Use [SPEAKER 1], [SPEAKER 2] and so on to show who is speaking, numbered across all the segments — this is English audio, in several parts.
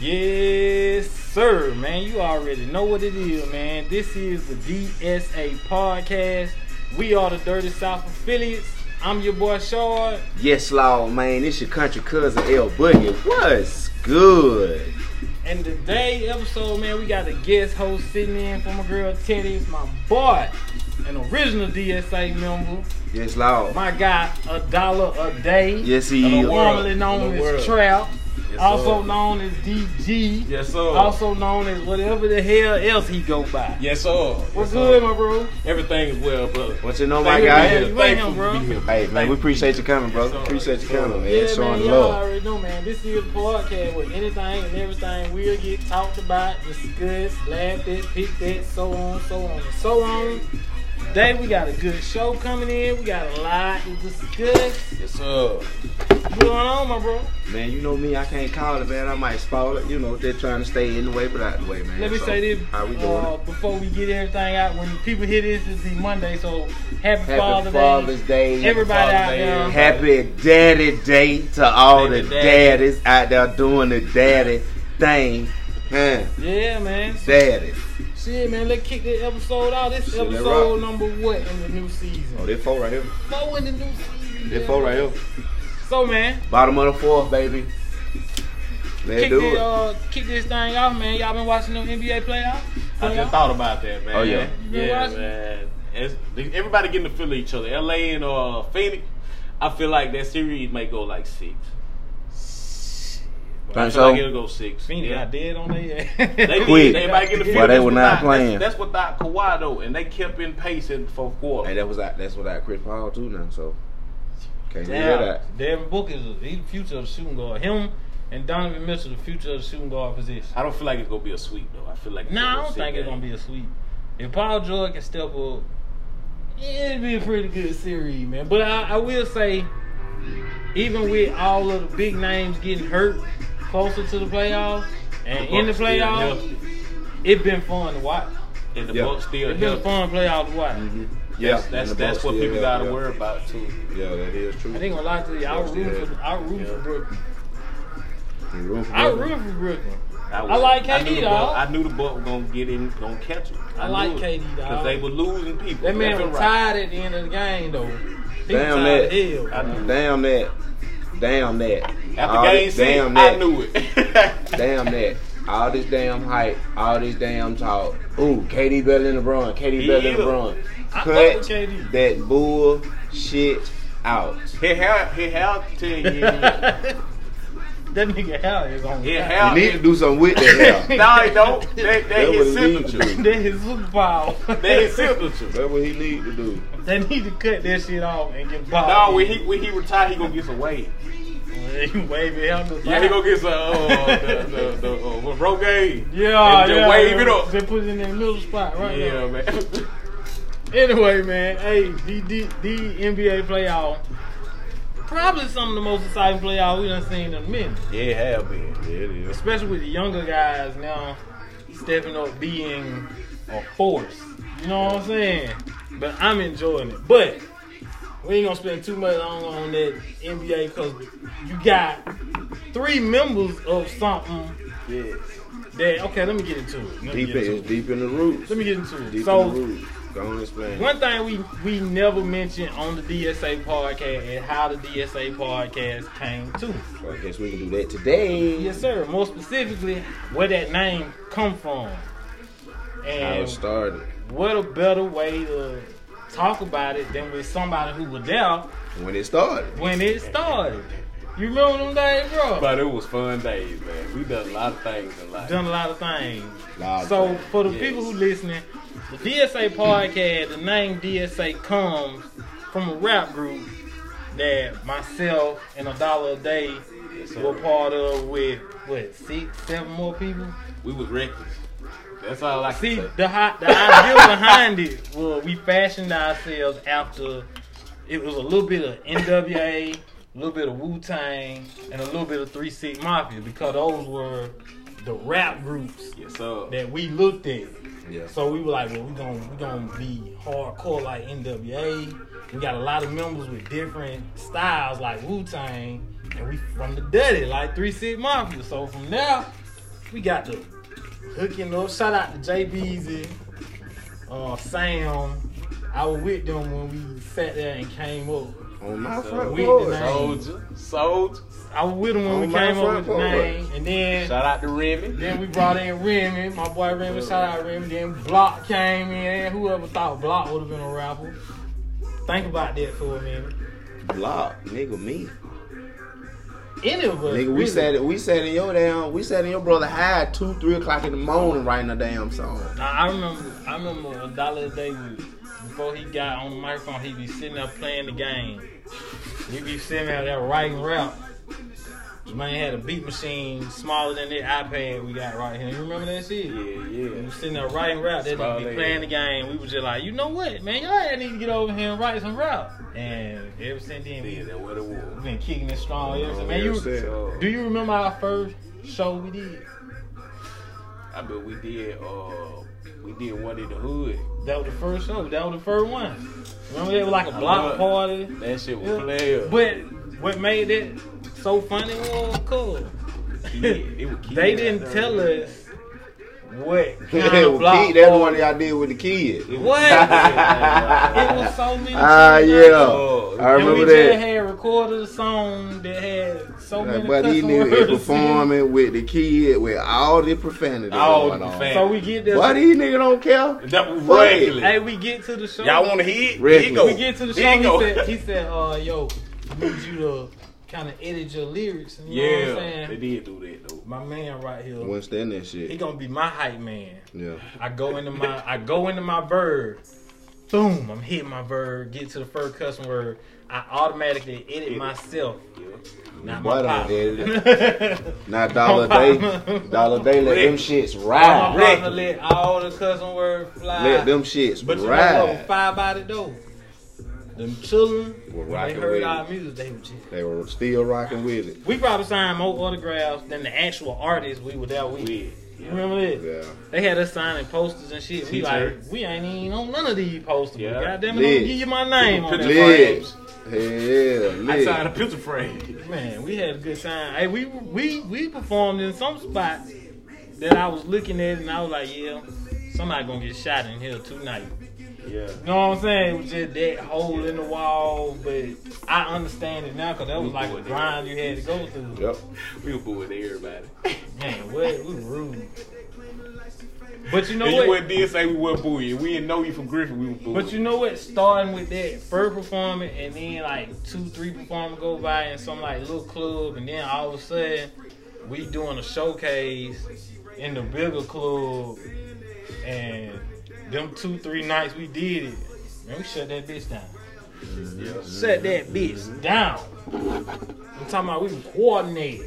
[SPEAKER 1] Yes, sir, man. You already know what it is, man. This is the DSA podcast. We are the Dirty South affiliates. I'm your boy Shard.
[SPEAKER 2] Yes, Law, man. It's your country cousin, L Boogie. What's good?
[SPEAKER 1] And today episode, man, we got a guest host sitting in for my girl Teddy, my boy, an original DSA member.
[SPEAKER 2] Yes, Law.
[SPEAKER 1] My guy, a dollar a day.
[SPEAKER 2] Yes, he is.
[SPEAKER 1] Formerly
[SPEAKER 3] In
[SPEAKER 1] known
[SPEAKER 3] the
[SPEAKER 1] as
[SPEAKER 3] world.
[SPEAKER 1] Trap.
[SPEAKER 3] Yes,
[SPEAKER 1] also
[SPEAKER 3] sir.
[SPEAKER 1] known as DG.
[SPEAKER 3] Yes, sir.
[SPEAKER 1] Also known as whatever the hell else he go by.
[SPEAKER 3] Yes, sir.
[SPEAKER 1] What's
[SPEAKER 3] Yes,
[SPEAKER 1] good,
[SPEAKER 3] sir.
[SPEAKER 1] my bro?
[SPEAKER 3] Everything is well, brother.
[SPEAKER 2] What you know,
[SPEAKER 3] Thank
[SPEAKER 2] my
[SPEAKER 3] you,
[SPEAKER 2] guy?
[SPEAKER 3] man.
[SPEAKER 1] You ain't him,
[SPEAKER 3] Thankful
[SPEAKER 1] bro.
[SPEAKER 3] to be here.
[SPEAKER 2] Hey, man, we appreciate you coming, bro.
[SPEAKER 3] Yes, sir.
[SPEAKER 2] Appreciate you coming, man.
[SPEAKER 1] Yeah, man,
[SPEAKER 2] Showing
[SPEAKER 1] y'all
[SPEAKER 2] love.
[SPEAKER 1] already know, man. This is a podcast where anything and everything will get talked about, discussed, laughed at, picked at, so on, so on, and so on. Today we got a good show coming in. We got a lot to discuss.
[SPEAKER 3] Yes, sir.
[SPEAKER 1] What's going on, my bro?
[SPEAKER 2] Man, you know me. I can't call it, man. I might spoil it. You know, they're trying to stay in the way, but out the way, man.
[SPEAKER 1] Let me
[SPEAKER 2] So,
[SPEAKER 1] say this
[SPEAKER 2] How we doing?
[SPEAKER 1] uh,
[SPEAKER 2] it?
[SPEAKER 1] before we get everything out. When people hear this, it's the Monday, so happy,
[SPEAKER 2] Happy
[SPEAKER 1] Father's Day.
[SPEAKER 2] Father's Day.
[SPEAKER 1] Everybody out
[SPEAKER 3] Father's Day.
[SPEAKER 1] there.
[SPEAKER 2] Happy Daddy Day to all
[SPEAKER 3] Baby
[SPEAKER 2] the
[SPEAKER 3] daddy.
[SPEAKER 2] daddies out there doing the daddy thing. Huh?
[SPEAKER 1] Yeah, man.
[SPEAKER 2] Daddies.
[SPEAKER 1] Shit, man, let's kick this episode out. This
[SPEAKER 2] Shit, that
[SPEAKER 1] episode
[SPEAKER 2] rock.
[SPEAKER 1] number what in the new season?
[SPEAKER 2] Oh, this four right here.
[SPEAKER 1] Four in the new season.
[SPEAKER 2] This
[SPEAKER 1] yeah.
[SPEAKER 2] four right here.
[SPEAKER 1] So, man,
[SPEAKER 2] Bottom of the fourth, baby. Let's
[SPEAKER 1] kick
[SPEAKER 2] do
[SPEAKER 1] this,
[SPEAKER 2] it.
[SPEAKER 1] uh, kick this thing off, man. Y'all been watching them NBA playoffs?
[SPEAKER 3] I just thought about that, man.
[SPEAKER 2] Oh, yeah.
[SPEAKER 1] You been
[SPEAKER 3] Yeah,
[SPEAKER 1] watching?
[SPEAKER 3] man. It's, they- everybody getting to feel each other. LA and uh, Phoenix. I feel like that series might go like six. I feel
[SPEAKER 2] Think so?
[SPEAKER 3] like it'll go six.
[SPEAKER 1] Phoenix
[SPEAKER 3] yeah.
[SPEAKER 1] got dead on their
[SPEAKER 3] They
[SPEAKER 1] ass.
[SPEAKER 3] did.
[SPEAKER 2] Quick.
[SPEAKER 3] Everybody getting to feel
[SPEAKER 2] But they
[SPEAKER 3] that's
[SPEAKER 2] were not
[SPEAKER 3] without-
[SPEAKER 2] playing.
[SPEAKER 3] That's, that's without Kawhi though, and they kept in pace in the fourth quarter.
[SPEAKER 2] Hey, that was out. That's what I Chris Paul too now. So can't hear
[SPEAKER 1] Yeah,
[SPEAKER 2] that.
[SPEAKER 1] Devin Booker is he's the future of the shooting guard. Him and Donovan Mitchell, the future of the shooting guard position.
[SPEAKER 3] I don't feel like it's gonna be a sweep though. I feel like
[SPEAKER 1] No, I don't
[SPEAKER 3] six
[SPEAKER 1] think it's
[SPEAKER 3] game.
[SPEAKER 1] gonna be a sweep. If Paul George can step up, it'd be a pretty good series, man. But I, I will say, even with all of the big names getting hurt closer to the playoffs and in the
[SPEAKER 3] Bucks still
[SPEAKER 1] playoffs,
[SPEAKER 3] healthy.
[SPEAKER 1] it's been fun to watch.
[SPEAKER 3] and the
[SPEAKER 2] Yeah.
[SPEAKER 3] Bucks still
[SPEAKER 1] It's been a
[SPEAKER 3] healthy.
[SPEAKER 1] fun playoff to watch.
[SPEAKER 2] Yeah,
[SPEAKER 3] That's that's,
[SPEAKER 2] and the
[SPEAKER 3] that's
[SPEAKER 2] Bucks
[SPEAKER 3] what
[SPEAKER 2] still
[SPEAKER 3] people
[SPEAKER 2] up,
[SPEAKER 3] gotta
[SPEAKER 2] yeah.
[SPEAKER 3] worry about too.
[SPEAKER 2] Yeah, that is true.
[SPEAKER 1] I think gonna lie to you, I was rooting for I was rooting for
[SPEAKER 3] Yeah.
[SPEAKER 1] Brooklyn.
[SPEAKER 2] You room for
[SPEAKER 1] I was
[SPEAKER 2] that?
[SPEAKER 1] rooting for Brooklyn.
[SPEAKER 3] was-
[SPEAKER 1] I like
[SPEAKER 3] I knew
[SPEAKER 1] KD
[SPEAKER 3] the
[SPEAKER 1] though.
[SPEAKER 3] Buck- I knew the Buck was gonna get in, gonna catch him.
[SPEAKER 1] I like KD, dawg.
[SPEAKER 3] because they were losing people.
[SPEAKER 1] That man
[SPEAKER 3] left and
[SPEAKER 1] was
[SPEAKER 3] right.
[SPEAKER 1] tired at the end of the game though. He was
[SPEAKER 2] Damn
[SPEAKER 1] tired
[SPEAKER 2] that.
[SPEAKER 1] as hell.
[SPEAKER 3] I knew.
[SPEAKER 2] Damn that. Damn that.
[SPEAKER 3] After
[SPEAKER 2] All
[SPEAKER 3] game
[SPEAKER 2] this-
[SPEAKER 3] six,
[SPEAKER 2] Oh, damn
[SPEAKER 3] I
[SPEAKER 2] that.
[SPEAKER 3] knew it.
[SPEAKER 2] Damn that. All this damn hype. All this damn talk. Ooh, KD better than LeBron. KD better than
[SPEAKER 3] Yeah.
[SPEAKER 2] LeBron.
[SPEAKER 1] I fuck
[SPEAKER 2] Cut
[SPEAKER 1] with KD.
[SPEAKER 2] that bullshit out.
[SPEAKER 3] he had he had to you.
[SPEAKER 1] that nigga hell is on.
[SPEAKER 3] Yeah,
[SPEAKER 1] fire.
[SPEAKER 3] hell.
[SPEAKER 2] You need to do something with that. hell.
[SPEAKER 3] No, he don't. That,
[SPEAKER 2] That
[SPEAKER 3] that his
[SPEAKER 2] what it need to
[SPEAKER 3] signature.
[SPEAKER 2] do.
[SPEAKER 1] That is superpower.
[SPEAKER 3] That his signature.
[SPEAKER 2] That's what he need to do.
[SPEAKER 1] They need to cut that shit off and get Bob.
[SPEAKER 3] No, when he when he retired, he gonna get some weight.
[SPEAKER 1] he waving him the
[SPEAKER 3] Yeah, he gonna get some uh, the the, the uh, what, Rogaine.
[SPEAKER 1] Yeah,
[SPEAKER 3] And just
[SPEAKER 1] yeah.
[SPEAKER 3] wave
[SPEAKER 1] yeah.
[SPEAKER 3] it up.
[SPEAKER 1] Just put it in that middle spot right
[SPEAKER 3] Yeah, man.
[SPEAKER 1] now. Anyway, man, hey, the, the, the NBA playoff. Probably some of the most exciting playoff we done seen in a minute.
[SPEAKER 3] yeah, it have been. Yeah, it is.
[SPEAKER 1] Especially with the younger guys now stepping up being a force. You know what I'm saying? But I'm enjoying it. But we ain't gonna spend too much long on that NBA because you got three members of something
[SPEAKER 3] Yes.
[SPEAKER 1] that okay, let me get into it. Let me
[SPEAKER 2] Deep
[SPEAKER 1] get
[SPEAKER 2] in,
[SPEAKER 1] into
[SPEAKER 2] it's
[SPEAKER 1] it.
[SPEAKER 2] deep in the roots.
[SPEAKER 1] Let me get into it.
[SPEAKER 2] Deep in the
[SPEAKER 1] So
[SPEAKER 2] roots. Go on and explain.
[SPEAKER 1] one thing we we never mentioned on the DSA podcast is how the DSA podcast came to.
[SPEAKER 2] So I guess we can do that today.
[SPEAKER 1] Yes, sir. More specifically, where that name come from,
[SPEAKER 2] How it
[SPEAKER 1] and
[SPEAKER 2] started.
[SPEAKER 1] what a better way to talk about it than with somebody who was there
[SPEAKER 2] When it started.
[SPEAKER 1] when it started. You remember them days, bro?
[SPEAKER 3] But it was fun days, man. We done a lot of things in life.
[SPEAKER 1] Done a lot of things.
[SPEAKER 2] Lot of
[SPEAKER 1] so
[SPEAKER 2] things,
[SPEAKER 1] for the
[SPEAKER 3] yes.
[SPEAKER 1] people who listening, the DSA podcast, the name DSA comes from a rap group that myself and a dollar a day
[SPEAKER 3] Yes,
[SPEAKER 1] were
[SPEAKER 3] sir.
[SPEAKER 1] part of with what six, seven more people.
[SPEAKER 3] We was reckless. That's all I can
[SPEAKER 1] See,
[SPEAKER 3] say.
[SPEAKER 1] the hi- the idea behind it was we fashioned ourselves after it was a little bit of NWA, a little bit of Wu Tang, and a little bit of Three Six Mafia because those were the rap groups
[SPEAKER 3] Yes, sir.
[SPEAKER 1] that we looked at.
[SPEAKER 2] Yeah.
[SPEAKER 1] So we were like, well, we gonna we gonna be hardcore like NWA. We got a lot of members with different styles like Wu Tang, and we from the dirty like Three Six Mafia. So from there, we got the hooking up. Shout out to J Beezy, uh, Sam. I was with them when we sat there and came up.
[SPEAKER 2] On my
[SPEAKER 3] So,
[SPEAKER 2] front
[SPEAKER 1] we
[SPEAKER 2] porch.
[SPEAKER 1] denied-
[SPEAKER 3] Soldier, soldier.
[SPEAKER 1] I was with them when
[SPEAKER 2] On
[SPEAKER 1] we
[SPEAKER 2] my
[SPEAKER 1] came up
[SPEAKER 2] front
[SPEAKER 1] with the
[SPEAKER 2] porch.
[SPEAKER 1] name, and then
[SPEAKER 3] Shout out to Remy.
[SPEAKER 1] Then we brought in Remy, my boy Remy, shout out Remy. Then Block came in. Whoever thought Block would have been a rapper. Think about that for a minute.
[SPEAKER 2] Block, nigga, me.
[SPEAKER 1] Any of us.
[SPEAKER 2] Nigga, we
[SPEAKER 1] really.
[SPEAKER 2] sat we sat in your damn we sat in your brother high two, three o'clock in the morning writing a damn song.
[SPEAKER 1] I I remember I remember a dollar a day was before he got on the microphone, he be sitting there playing the game. He be sitting out there writing rap. The man had a beat machine smaller than the iPad we got right here. You remember that shit?
[SPEAKER 3] Yeah,
[SPEAKER 1] We
[SPEAKER 3] yeah.
[SPEAKER 1] was sitting there writing rap. They just be
[SPEAKER 3] Smiley.
[SPEAKER 1] playing the game. We was just like, you know what, man, y'all had need to get over here and write some rap. And ever since then,
[SPEAKER 3] Yeah,
[SPEAKER 1] we've
[SPEAKER 3] that what it was.
[SPEAKER 1] been kicking it strong. ever since. Man,
[SPEAKER 2] ever
[SPEAKER 1] you
[SPEAKER 2] since.
[SPEAKER 1] do you remember our first show we did?
[SPEAKER 3] I bet we did. Uh, we did one in the hood.
[SPEAKER 1] That was the first show. That was the first one. Remember that was like a block
[SPEAKER 3] love it.
[SPEAKER 1] party.
[SPEAKER 3] That shit was
[SPEAKER 1] Yeah.
[SPEAKER 3] player.
[SPEAKER 1] But what made it so funny was cool.
[SPEAKER 3] Kid, it was kid
[SPEAKER 1] They
[SPEAKER 3] out
[SPEAKER 1] didn't
[SPEAKER 3] there.
[SPEAKER 1] tell us what kind
[SPEAKER 2] Yeah,
[SPEAKER 1] of block
[SPEAKER 2] Pete, that's the
[SPEAKER 1] party-
[SPEAKER 2] one y'all did with the kid.
[SPEAKER 1] What? It was so many.
[SPEAKER 2] Ah,
[SPEAKER 1] things
[SPEAKER 2] yeah.
[SPEAKER 1] out.
[SPEAKER 3] Oh,
[SPEAKER 2] I
[SPEAKER 1] And
[SPEAKER 2] remember
[SPEAKER 1] we just
[SPEAKER 2] that.
[SPEAKER 1] had recorded a song that had so many
[SPEAKER 2] Like, but he
[SPEAKER 1] cuss
[SPEAKER 2] knew it
[SPEAKER 1] words
[SPEAKER 2] performing with the kid with all the profanity
[SPEAKER 3] All
[SPEAKER 2] going
[SPEAKER 3] the
[SPEAKER 2] on.
[SPEAKER 1] in it.
[SPEAKER 3] profanity.
[SPEAKER 1] So we get there.
[SPEAKER 2] Why these nigga don't care?
[SPEAKER 3] that was regular.
[SPEAKER 1] Hey, we get to the show.
[SPEAKER 3] Y'all want to hit? Here
[SPEAKER 2] Regular.
[SPEAKER 3] you go.
[SPEAKER 1] We get to the show.
[SPEAKER 3] Here you
[SPEAKER 1] He
[SPEAKER 3] go.
[SPEAKER 1] said, he said, uh, yo, I need you to kind of edit your lyrics. You know what I'm
[SPEAKER 3] yeah,
[SPEAKER 1] saying?
[SPEAKER 3] they did do that though.
[SPEAKER 1] My man right here,
[SPEAKER 2] Wouldn't stand that
[SPEAKER 1] he
[SPEAKER 2] shit.
[SPEAKER 1] gonna be my hype man.
[SPEAKER 2] Yeah.
[SPEAKER 1] I go into my I go into my verb. Boom, I'm hitting my verb, get to the first cussing word. I automatically edit myself. Not my
[SPEAKER 2] Why don't
[SPEAKER 1] pop.
[SPEAKER 2] edit
[SPEAKER 1] it?
[SPEAKER 2] Not dollar day. Dollar day let them shits
[SPEAKER 1] I'm
[SPEAKER 2] ride.
[SPEAKER 1] about to let all the cussing words fly.
[SPEAKER 2] Let them shits
[SPEAKER 1] but you know what?
[SPEAKER 2] ride.
[SPEAKER 1] Five by the door. Them children,
[SPEAKER 2] Were
[SPEAKER 1] when they
[SPEAKER 2] rocking
[SPEAKER 1] heard
[SPEAKER 2] with
[SPEAKER 1] our music, they were just.
[SPEAKER 2] They were still rocking with it.
[SPEAKER 1] We probably signed more autographs than the actual artists we were there with.
[SPEAKER 3] Yeah.
[SPEAKER 1] You remember that?
[SPEAKER 2] Yeah.
[SPEAKER 1] They had us signing posters and shit. We like,
[SPEAKER 3] T-shirts.
[SPEAKER 1] we ain't even on none of these posters.
[SPEAKER 3] Yeah.
[SPEAKER 1] God damn it, I'm gonna
[SPEAKER 2] Lit.
[SPEAKER 1] give you my name on that.
[SPEAKER 3] Lit.
[SPEAKER 2] Lit.
[SPEAKER 3] frames.
[SPEAKER 2] Hell,
[SPEAKER 3] I
[SPEAKER 2] lit.
[SPEAKER 3] signed a picture frame.
[SPEAKER 1] Man, we had a good time. Hey, we we we performed in some spots that I was looking at and I was like, yeah, somebody gonna get shot in here tonight.
[SPEAKER 3] Yeah.
[SPEAKER 1] You know what I'm saying? It was just that hole in the wall, but I understand it now because that was like a grind you had to go through.
[SPEAKER 2] Yep.
[SPEAKER 3] We were booing to everybody.
[SPEAKER 1] Man, what? We rude. But you know
[SPEAKER 3] and you
[SPEAKER 1] what?
[SPEAKER 3] went did say we were booing. We didn't know you from Griffin. We were booing.
[SPEAKER 1] But you know what? Starting with that first performance, and then like two, three performers go by in some like little club, and then all of a sudden we doing a showcase in the bigger club, and them two, three nights we did it. Man, we shut that bitch down. Shut that bitch down. I'm talking about we coordinated.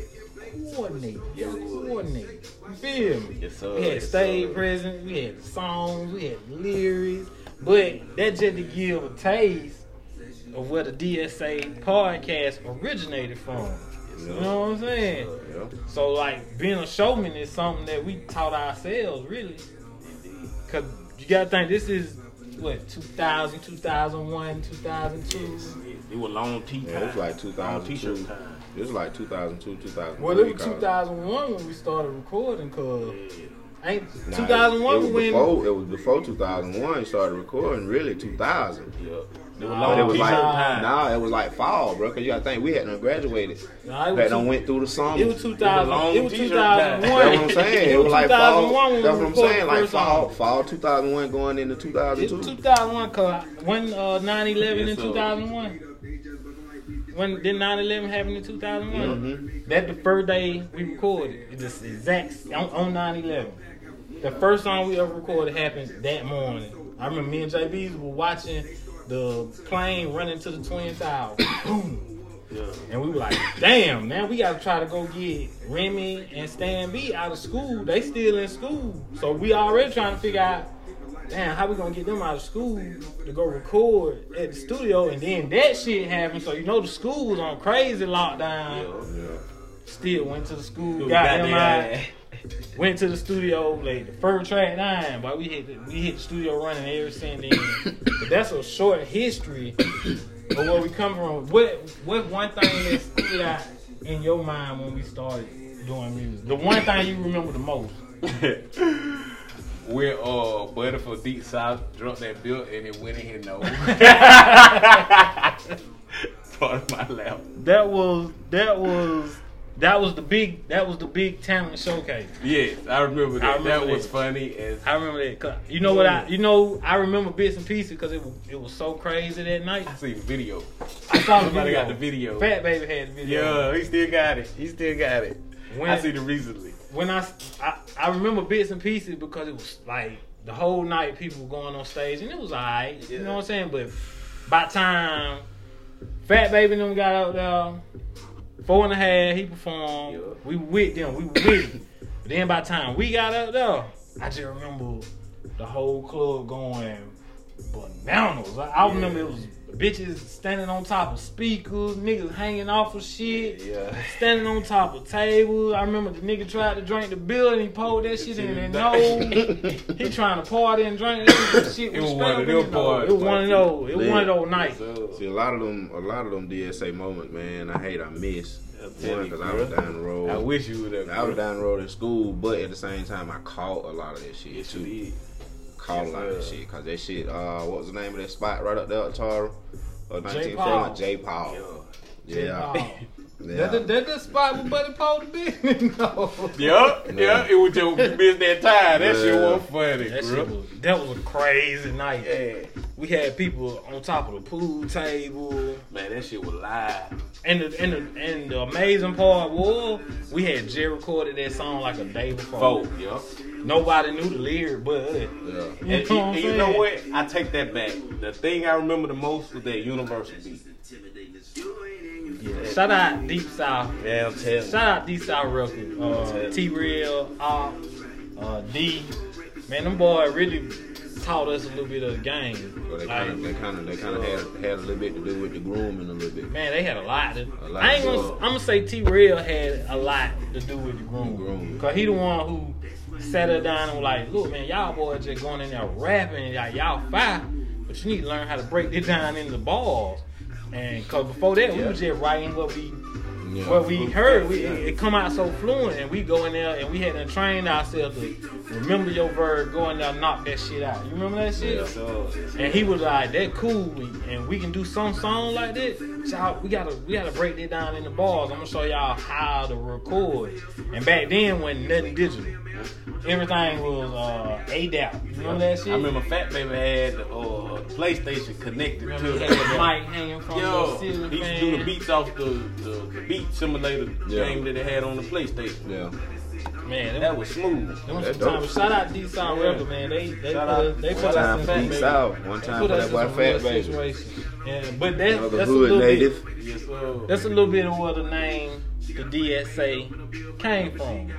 [SPEAKER 1] Coordinated. Coordinated. You feel me?
[SPEAKER 3] Yes, sir.
[SPEAKER 1] We had
[SPEAKER 3] Yes,
[SPEAKER 1] stage
[SPEAKER 3] sir.
[SPEAKER 1] presence, we had songs, we had lyrics, but that just to give a taste of where the DSA podcast originated from. You know what I'm saying?
[SPEAKER 2] Yep.
[SPEAKER 1] So like being a showman is something that we taught ourselves really. Cause you gotta think this is what 2000, 2001, 2002.
[SPEAKER 3] It was long tea time.
[SPEAKER 2] Yeah, it was like
[SPEAKER 3] Long t-shirt
[SPEAKER 2] 2002.
[SPEAKER 3] time.
[SPEAKER 2] It was like 2002, 2003.
[SPEAKER 1] Well, it was
[SPEAKER 2] cause-
[SPEAKER 1] 2001 when we started recording. Cause ain't
[SPEAKER 2] Nah,
[SPEAKER 1] 2001
[SPEAKER 2] it was
[SPEAKER 1] when
[SPEAKER 2] Before, it was before 2001 you started recording, really 2000.
[SPEAKER 3] Yeah. It was
[SPEAKER 1] But
[SPEAKER 2] But
[SPEAKER 3] long
[SPEAKER 2] it was
[SPEAKER 3] t-shirt
[SPEAKER 2] like,
[SPEAKER 3] time.
[SPEAKER 2] nah, it was like fall, bro, because you gotta think we hadn't graduated.
[SPEAKER 1] Nah, it was
[SPEAKER 2] Had done
[SPEAKER 1] two-
[SPEAKER 2] went through the summer.
[SPEAKER 1] It was 2000. It was
[SPEAKER 3] It was a
[SPEAKER 1] 2001.
[SPEAKER 3] long t-shirt
[SPEAKER 2] That's what I'm saying. It was like fall.
[SPEAKER 1] 2001 when
[SPEAKER 2] That's
[SPEAKER 1] we
[SPEAKER 2] what I'm
[SPEAKER 1] recorded
[SPEAKER 2] saying.
[SPEAKER 1] the
[SPEAKER 2] Like
[SPEAKER 1] first
[SPEAKER 2] fall,
[SPEAKER 1] song.
[SPEAKER 2] fall 2001 going into
[SPEAKER 1] It's
[SPEAKER 2] 2002.
[SPEAKER 1] 2001 cause when uh, 9/11 in
[SPEAKER 3] Yes, sir.
[SPEAKER 1] 2001. When did 9/11 happen in 2001?
[SPEAKER 3] Mm-hmm.
[SPEAKER 1] That the first day we recorded. It's just exact on, on 9/11. The first song we ever recorded happened that morning. I remember me and JB's were watching the plane run into the twin towers. Boom.
[SPEAKER 3] Yeah.
[SPEAKER 1] And we were like, damn, man, we gotta try to go get Remy and Stan B out of school. They still in school. So we already trying to figure out, damn, how we gonna get them out of school to go record at the studio and then that shit happened. So you know the school was on crazy lockdown. Still went to the school, got them out, went to the studio, like the first track nine, but we hit the, we hit the studio running ever since then. but that's a short history of where we come from. What what one thing that stood out in your mind when we started doing music. The one thing you remember the most.
[SPEAKER 4] Where uh Butter for Deep South drunk that built and it went in his nose. Part of my laugh.
[SPEAKER 1] That was that was that was the big that was the big talent showcase.
[SPEAKER 4] Yes, I remember that.
[SPEAKER 1] remember
[SPEAKER 4] that was
[SPEAKER 1] that.
[SPEAKER 4] funny as
[SPEAKER 1] I remember that. 'cause you know what I? You know I remember bits and pieces because it was it was so crazy that night.
[SPEAKER 4] I see the video.
[SPEAKER 1] I saw the
[SPEAKER 4] Somebody
[SPEAKER 1] video.
[SPEAKER 4] got the video.
[SPEAKER 1] Fat baby had the video.
[SPEAKER 4] Yeah, he still got it. He still got it.
[SPEAKER 1] When-
[SPEAKER 4] I see the recently.
[SPEAKER 1] when I, I I remember bits and pieces because it was like the whole night people were going on stage and it was alright. You know what I'm saying? But by the time Fat Baby and them got out there, four and a half, he performed.
[SPEAKER 4] Yeah.
[SPEAKER 1] We with them, we with it. But then by the time we got out there, I just remember the whole club going bananas. I, I remember it was bitches standing on top of speakers, niggas hanging off of shit
[SPEAKER 4] Yeah.
[SPEAKER 1] standing on top of tables. I remember the nigga tried to drink the bill and he poured that shit in their nose. he trying to party and drink that shit.
[SPEAKER 4] It
[SPEAKER 1] was
[SPEAKER 4] was one of them
[SPEAKER 1] spilled in nose.
[SPEAKER 4] parties,
[SPEAKER 1] It was one
[SPEAKER 4] like,
[SPEAKER 1] of those. It was
[SPEAKER 2] lit.
[SPEAKER 1] one of those nights.
[SPEAKER 2] See a lot of them, a lot of them DSA moments, man. I hate I miss
[SPEAKER 4] I'm
[SPEAKER 2] one
[SPEAKER 4] telling you,
[SPEAKER 2] because I was
[SPEAKER 4] bruh.
[SPEAKER 2] down the road.
[SPEAKER 4] I wish you would have.
[SPEAKER 2] I was down the road in school, but at the same time, I caught a lot of that shit
[SPEAKER 4] Yes, you
[SPEAKER 2] too.
[SPEAKER 4] did.
[SPEAKER 2] Caught a
[SPEAKER 4] Yes,
[SPEAKER 2] lot of that
[SPEAKER 4] sir.
[SPEAKER 2] shit because that shit. Uh, what was the name of that spot right up there, at Tara? Or
[SPEAKER 1] J.
[SPEAKER 2] 19
[SPEAKER 1] Paul.
[SPEAKER 2] J. Paul.
[SPEAKER 1] Oh.
[SPEAKER 2] Yeah. yeah.
[SPEAKER 1] That, that, that the spot where Buddy Paul the big. no.
[SPEAKER 4] Yup,
[SPEAKER 2] Yeah.
[SPEAKER 4] yup. It was just you missed that time. That shit
[SPEAKER 2] Yeah.
[SPEAKER 4] was funny,
[SPEAKER 1] That
[SPEAKER 4] bro.
[SPEAKER 1] shit was that was a crazy night.
[SPEAKER 4] yeah.
[SPEAKER 1] We had people on top of the pool table.
[SPEAKER 4] Man, that shit was live.
[SPEAKER 1] And the, and the, and the amazing part was we had Jay recorded that song like a day before.
[SPEAKER 4] Folk, yup.
[SPEAKER 1] Nobody knew the lyric but us.
[SPEAKER 2] Yeah.
[SPEAKER 1] You
[SPEAKER 4] And,
[SPEAKER 1] know
[SPEAKER 4] you-
[SPEAKER 1] what I'm
[SPEAKER 4] and you know
[SPEAKER 1] saying?
[SPEAKER 4] what? I take that back. The thing I remember the most was that Universal beat.
[SPEAKER 1] Yeah. Shout out Deep South.
[SPEAKER 4] Damn, tell me.
[SPEAKER 1] Shout out Deep South Records. Uh, T Real, Op, uh, D. Man, them boys really taught us a little bit of the game.
[SPEAKER 2] So they
[SPEAKER 1] Like,
[SPEAKER 2] kind of, they kind of, they kind of had had a little bit to do with the grooming a little bit.
[SPEAKER 1] man, they had a lot. To,
[SPEAKER 2] A lot
[SPEAKER 1] I ain't
[SPEAKER 2] to
[SPEAKER 1] gonna.
[SPEAKER 2] do.
[SPEAKER 1] I'm gonna say T Real had a lot to do with the groom.
[SPEAKER 2] Groom.
[SPEAKER 1] Cause he the one who sat her down and was like, "Look, man, y'all boys just going in there rapping, y'all, y'all fire, but you need to learn how to break this down into balls." And cause before that, we was just writing what we
[SPEAKER 2] Yeah.
[SPEAKER 1] But we heard we it, it come out so fluent, and we go in there and we had to train ourselves to remember your verb, go in there, knock that shit out. You remember that shit?
[SPEAKER 4] So,
[SPEAKER 1] And he was like, "That cool, we- and we can do some song like that. Y'all, we gotta we gotta break that down into bars. I'm gonna show y'all how to record. And back then, wasn't nothing digital. Everything was uh, ADAP. You remember that shit?
[SPEAKER 4] I remember Fat Baby had the uh, PlayStation connected to
[SPEAKER 1] Remember
[SPEAKER 4] the
[SPEAKER 1] he had the mic hanging from
[SPEAKER 4] Yo,
[SPEAKER 1] the
[SPEAKER 4] he used
[SPEAKER 1] ceiling
[SPEAKER 4] to
[SPEAKER 1] fan.
[SPEAKER 4] do the beats off the, the, the beat simulator
[SPEAKER 2] Yeah.
[SPEAKER 4] game that they had on the PlayStation.
[SPEAKER 2] Yeah.
[SPEAKER 1] Man, that,
[SPEAKER 4] That
[SPEAKER 1] was.
[SPEAKER 4] was smooth.
[SPEAKER 1] Them was
[SPEAKER 2] That
[SPEAKER 1] some time.
[SPEAKER 2] dope.
[SPEAKER 1] Shout out D Sound
[SPEAKER 4] Yeah.
[SPEAKER 1] Record, man. They they
[SPEAKER 4] Shout
[SPEAKER 1] put
[SPEAKER 4] out-
[SPEAKER 1] us, they
[SPEAKER 2] One
[SPEAKER 1] put
[SPEAKER 2] time
[SPEAKER 1] us
[SPEAKER 2] for
[SPEAKER 1] in
[SPEAKER 2] Deep
[SPEAKER 1] fat
[SPEAKER 2] South. One
[SPEAKER 1] They
[SPEAKER 2] time for
[SPEAKER 1] put us
[SPEAKER 2] that
[SPEAKER 1] in
[SPEAKER 2] boy
[SPEAKER 1] some real
[SPEAKER 2] Fat Baby.
[SPEAKER 1] situation. Yeah, but that,
[SPEAKER 2] Another
[SPEAKER 1] that's a
[SPEAKER 2] hood
[SPEAKER 1] little
[SPEAKER 2] native.
[SPEAKER 1] bit.
[SPEAKER 4] Yes, sir.
[SPEAKER 1] That's a little bit of where the name the DSA came from.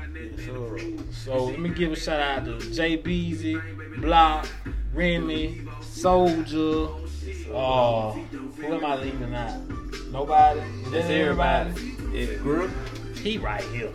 [SPEAKER 1] So let me give a shout out to J Beezy, Block, Remy, Soldier. Uh, who am I leaving out? Nobody.
[SPEAKER 4] That's everybody. It grew.
[SPEAKER 1] He right here.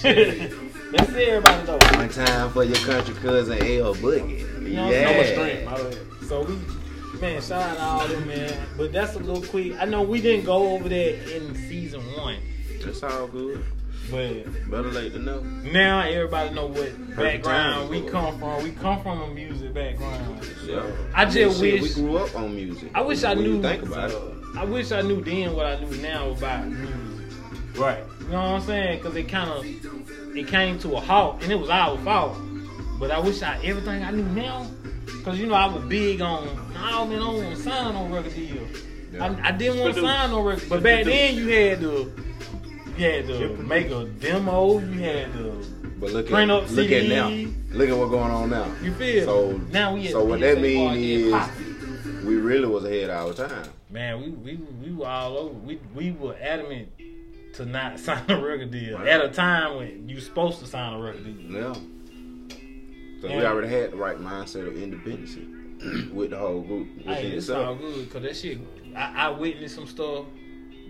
[SPEAKER 1] Shit. That's everybody though.
[SPEAKER 2] One time for your country cousin L Boogie.
[SPEAKER 1] You know what I'm
[SPEAKER 2] yeah.
[SPEAKER 1] saying? So we, man, shout out to all them, man. But that's a little quick. I know we didn't go over that in season one,
[SPEAKER 2] That's all good.
[SPEAKER 1] but
[SPEAKER 2] Better late than never.
[SPEAKER 1] now everybody know what background
[SPEAKER 2] timing.
[SPEAKER 1] we come from. We come from a music background.
[SPEAKER 2] Yeah.
[SPEAKER 1] I just
[SPEAKER 2] mean, shit,
[SPEAKER 1] wish-
[SPEAKER 2] we grew up on music.
[SPEAKER 1] I wish I
[SPEAKER 2] When you
[SPEAKER 1] knew-
[SPEAKER 2] Think about it.
[SPEAKER 1] I wish I knew then what I knew now about music.
[SPEAKER 4] Right.
[SPEAKER 1] You know what I'm saying? Because it kind of, it came to a halt, and it was our fault. But I wish I everything I knew now, because you know I was big on. I don't even know sign no record deal. I, I didn't want to
[SPEAKER 4] Produce.
[SPEAKER 1] sign no record, but back then you had to, you had to make a demo. You had to,
[SPEAKER 2] But look at
[SPEAKER 1] Print up
[SPEAKER 2] look at now.
[SPEAKER 1] CD.
[SPEAKER 2] Look at what's going on now.
[SPEAKER 1] you feel?
[SPEAKER 2] So
[SPEAKER 1] now we. at
[SPEAKER 2] so what
[SPEAKER 1] PSA
[SPEAKER 2] that mean
[SPEAKER 1] party
[SPEAKER 2] is
[SPEAKER 1] and popping.
[SPEAKER 2] we really was ahead of our time.
[SPEAKER 1] Man, we we we were all over. We we were adamant to not sign a record deal at a time when you supposed to sign a record deal.
[SPEAKER 2] Yeah. So we
[SPEAKER 1] And-
[SPEAKER 2] already had the right mindset of independence with the whole group. Within
[SPEAKER 1] Hey, it's all
[SPEAKER 2] itself.
[SPEAKER 1] good because that shit. I, I witnessed some stuff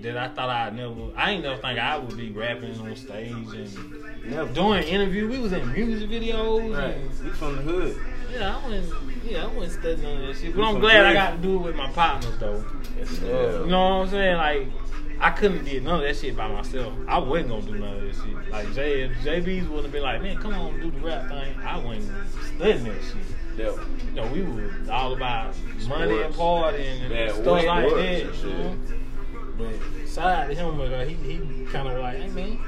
[SPEAKER 1] that I thought I'd never. I ain't never think I would be rapping on stage and
[SPEAKER 4] Never.
[SPEAKER 1] doing interviews. We was in music videos.
[SPEAKER 4] Right.
[SPEAKER 1] And,
[SPEAKER 4] We from the hood.
[SPEAKER 1] yeah, I wasn't. Yeah, I wasn't studying none of that shit. But I'm
[SPEAKER 4] some
[SPEAKER 1] glad I
[SPEAKER 4] real-
[SPEAKER 1] got to do it with my partners though.
[SPEAKER 4] Yes,
[SPEAKER 2] sir.
[SPEAKER 1] You know what I'm saying? Like I couldn't have did none of that shit by myself. I wasn't gonna do none of that shit. Like J JB's wouldn't have been like, man, come on, do the rap thing. I wasn't studying that shit.
[SPEAKER 3] Yeah.
[SPEAKER 1] You know, we were all about money and
[SPEAKER 2] Sports.
[SPEAKER 1] partying and
[SPEAKER 3] Yeah,
[SPEAKER 1] stuff
[SPEAKER 3] work,
[SPEAKER 1] like
[SPEAKER 2] work
[SPEAKER 1] that.
[SPEAKER 2] and
[SPEAKER 1] you
[SPEAKER 2] shit.
[SPEAKER 1] know? But side to him, but uh, he he kind of like, hey man,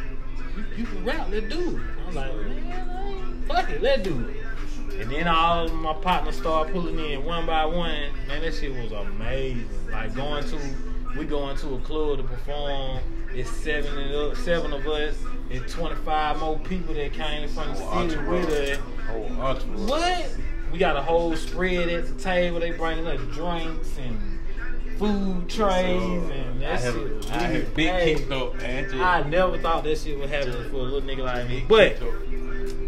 [SPEAKER 1] you, you can rap, let's do it. I was like, man, I ain't- fuck it, let's do it. And then all of my partners started pulling in one by one. Man, that shit was amazing. Like going to, we going to a club to perform. It's seven and up, seven of us. It's twenty five more people that came from the city with us.
[SPEAKER 4] Oh, entourage.
[SPEAKER 1] What? We got a whole spread at the table. They bringing us drinks and food trays
[SPEAKER 4] Uh,
[SPEAKER 1] and
[SPEAKER 4] I
[SPEAKER 1] that
[SPEAKER 4] have,
[SPEAKER 1] shit.
[SPEAKER 4] I have big
[SPEAKER 1] Hey,
[SPEAKER 4] kicked up, man. Just-
[SPEAKER 1] I never thought that shit would happen for a little nigga like me.
[SPEAKER 4] big
[SPEAKER 1] But
[SPEAKER 4] kicked up.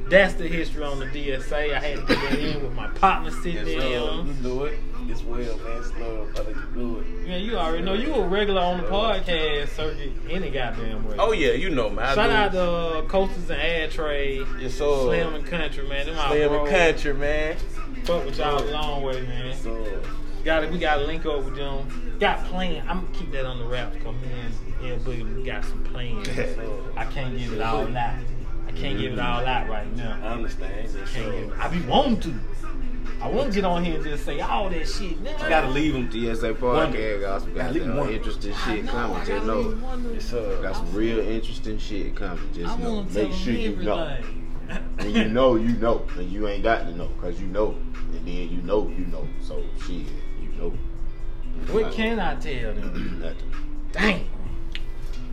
[SPEAKER 1] that's the history on the DSA. I had to get that in with my partner
[SPEAKER 4] Yes,
[SPEAKER 1] sitting there.
[SPEAKER 4] sir.
[SPEAKER 1] um,
[SPEAKER 4] You know it.
[SPEAKER 3] It's well, man. It's love, brother. You do it.
[SPEAKER 1] Man, you already know you a regular on the podcast circuit any goddamn way.
[SPEAKER 4] Oh yeah, you know man. I
[SPEAKER 1] Shout
[SPEAKER 4] do.
[SPEAKER 1] out to uh, Coasters and Ad Trade,
[SPEAKER 4] Yes, sir.
[SPEAKER 1] Slim and Country, man. Them
[SPEAKER 4] Slim
[SPEAKER 1] my
[SPEAKER 4] and
[SPEAKER 1] bros.
[SPEAKER 4] country, man.
[SPEAKER 1] Fuck with y'all a long way, man.
[SPEAKER 3] So,
[SPEAKER 1] Got We got to link up with them. Got plan. I'm gonna keep that on the wraps. Come in, yeah, boogie. We got some plans. I can't give it all out. I can't give it all out right now.
[SPEAKER 3] I understand. Yeah,
[SPEAKER 1] can't give
[SPEAKER 3] sure.
[SPEAKER 1] it- I be wanting to. I want to get on here and just say all that shit. Now.
[SPEAKER 3] You uh, gotta leave them.
[SPEAKER 2] DSA
[SPEAKER 3] Wonder.
[SPEAKER 2] podcast, y'all. Some
[SPEAKER 3] Gotta leave
[SPEAKER 2] goddamn
[SPEAKER 3] him one.
[SPEAKER 2] interesting
[SPEAKER 1] I
[SPEAKER 2] shit
[SPEAKER 1] know,
[SPEAKER 2] coming.
[SPEAKER 1] I
[SPEAKER 2] Just
[SPEAKER 1] gotta leave
[SPEAKER 2] know.
[SPEAKER 1] one of
[SPEAKER 3] Yes,
[SPEAKER 1] them.
[SPEAKER 3] sir.
[SPEAKER 2] Got some real interesting shit coming.
[SPEAKER 1] I
[SPEAKER 2] Just know.
[SPEAKER 1] want to
[SPEAKER 2] Make
[SPEAKER 1] tell
[SPEAKER 2] sure you
[SPEAKER 1] them
[SPEAKER 2] know.
[SPEAKER 1] everything.
[SPEAKER 2] When you know, you know. And you ain't got to know, cause you know. And then you know, you know. So shit, you know.
[SPEAKER 1] What can I tell them?
[SPEAKER 2] Nothing.
[SPEAKER 1] Dang.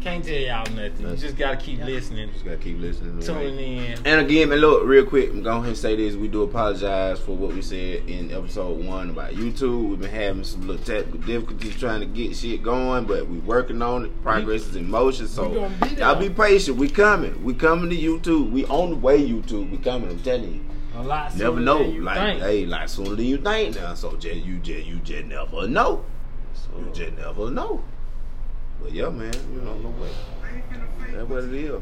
[SPEAKER 1] Can't tell y'all nothing. You
[SPEAKER 2] Nothing.
[SPEAKER 1] just gotta keep listening,
[SPEAKER 2] Just gotta keep listening. To
[SPEAKER 1] tuning
[SPEAKER 2] it.
[SPEAKER 1] in.
[SPEAKER 2] And again, man, look, real quick, I'm going ahead and say this. We do apologize for what we said in episode one about YouTube. We've been having some little technical difficulties trying to get shit going, but we working on it. Progress is in motion,
[SPEAKER 1] We
[SPEAKER 2] so
[SPEAKER 1] gonna be there.
[SPEAKER 2] y'all be patient. We coming. We coming to YouTube. We on the way, YouTube. We coming. I'm telling you.
[SPEAKER 1] A lot.
[SPEAKER 2] Never
[SPEAKER 1] sooner
[SPEAKER 2] know.
[SPEAKER 1] than you
[SPEAKER 2] Like,
[SPEAKER 1] think.
[SPEAKER 2] hey, like sooner than you think now. So just you just you just never know. You just never know. But yeah, man, you know, no way. That's what it is.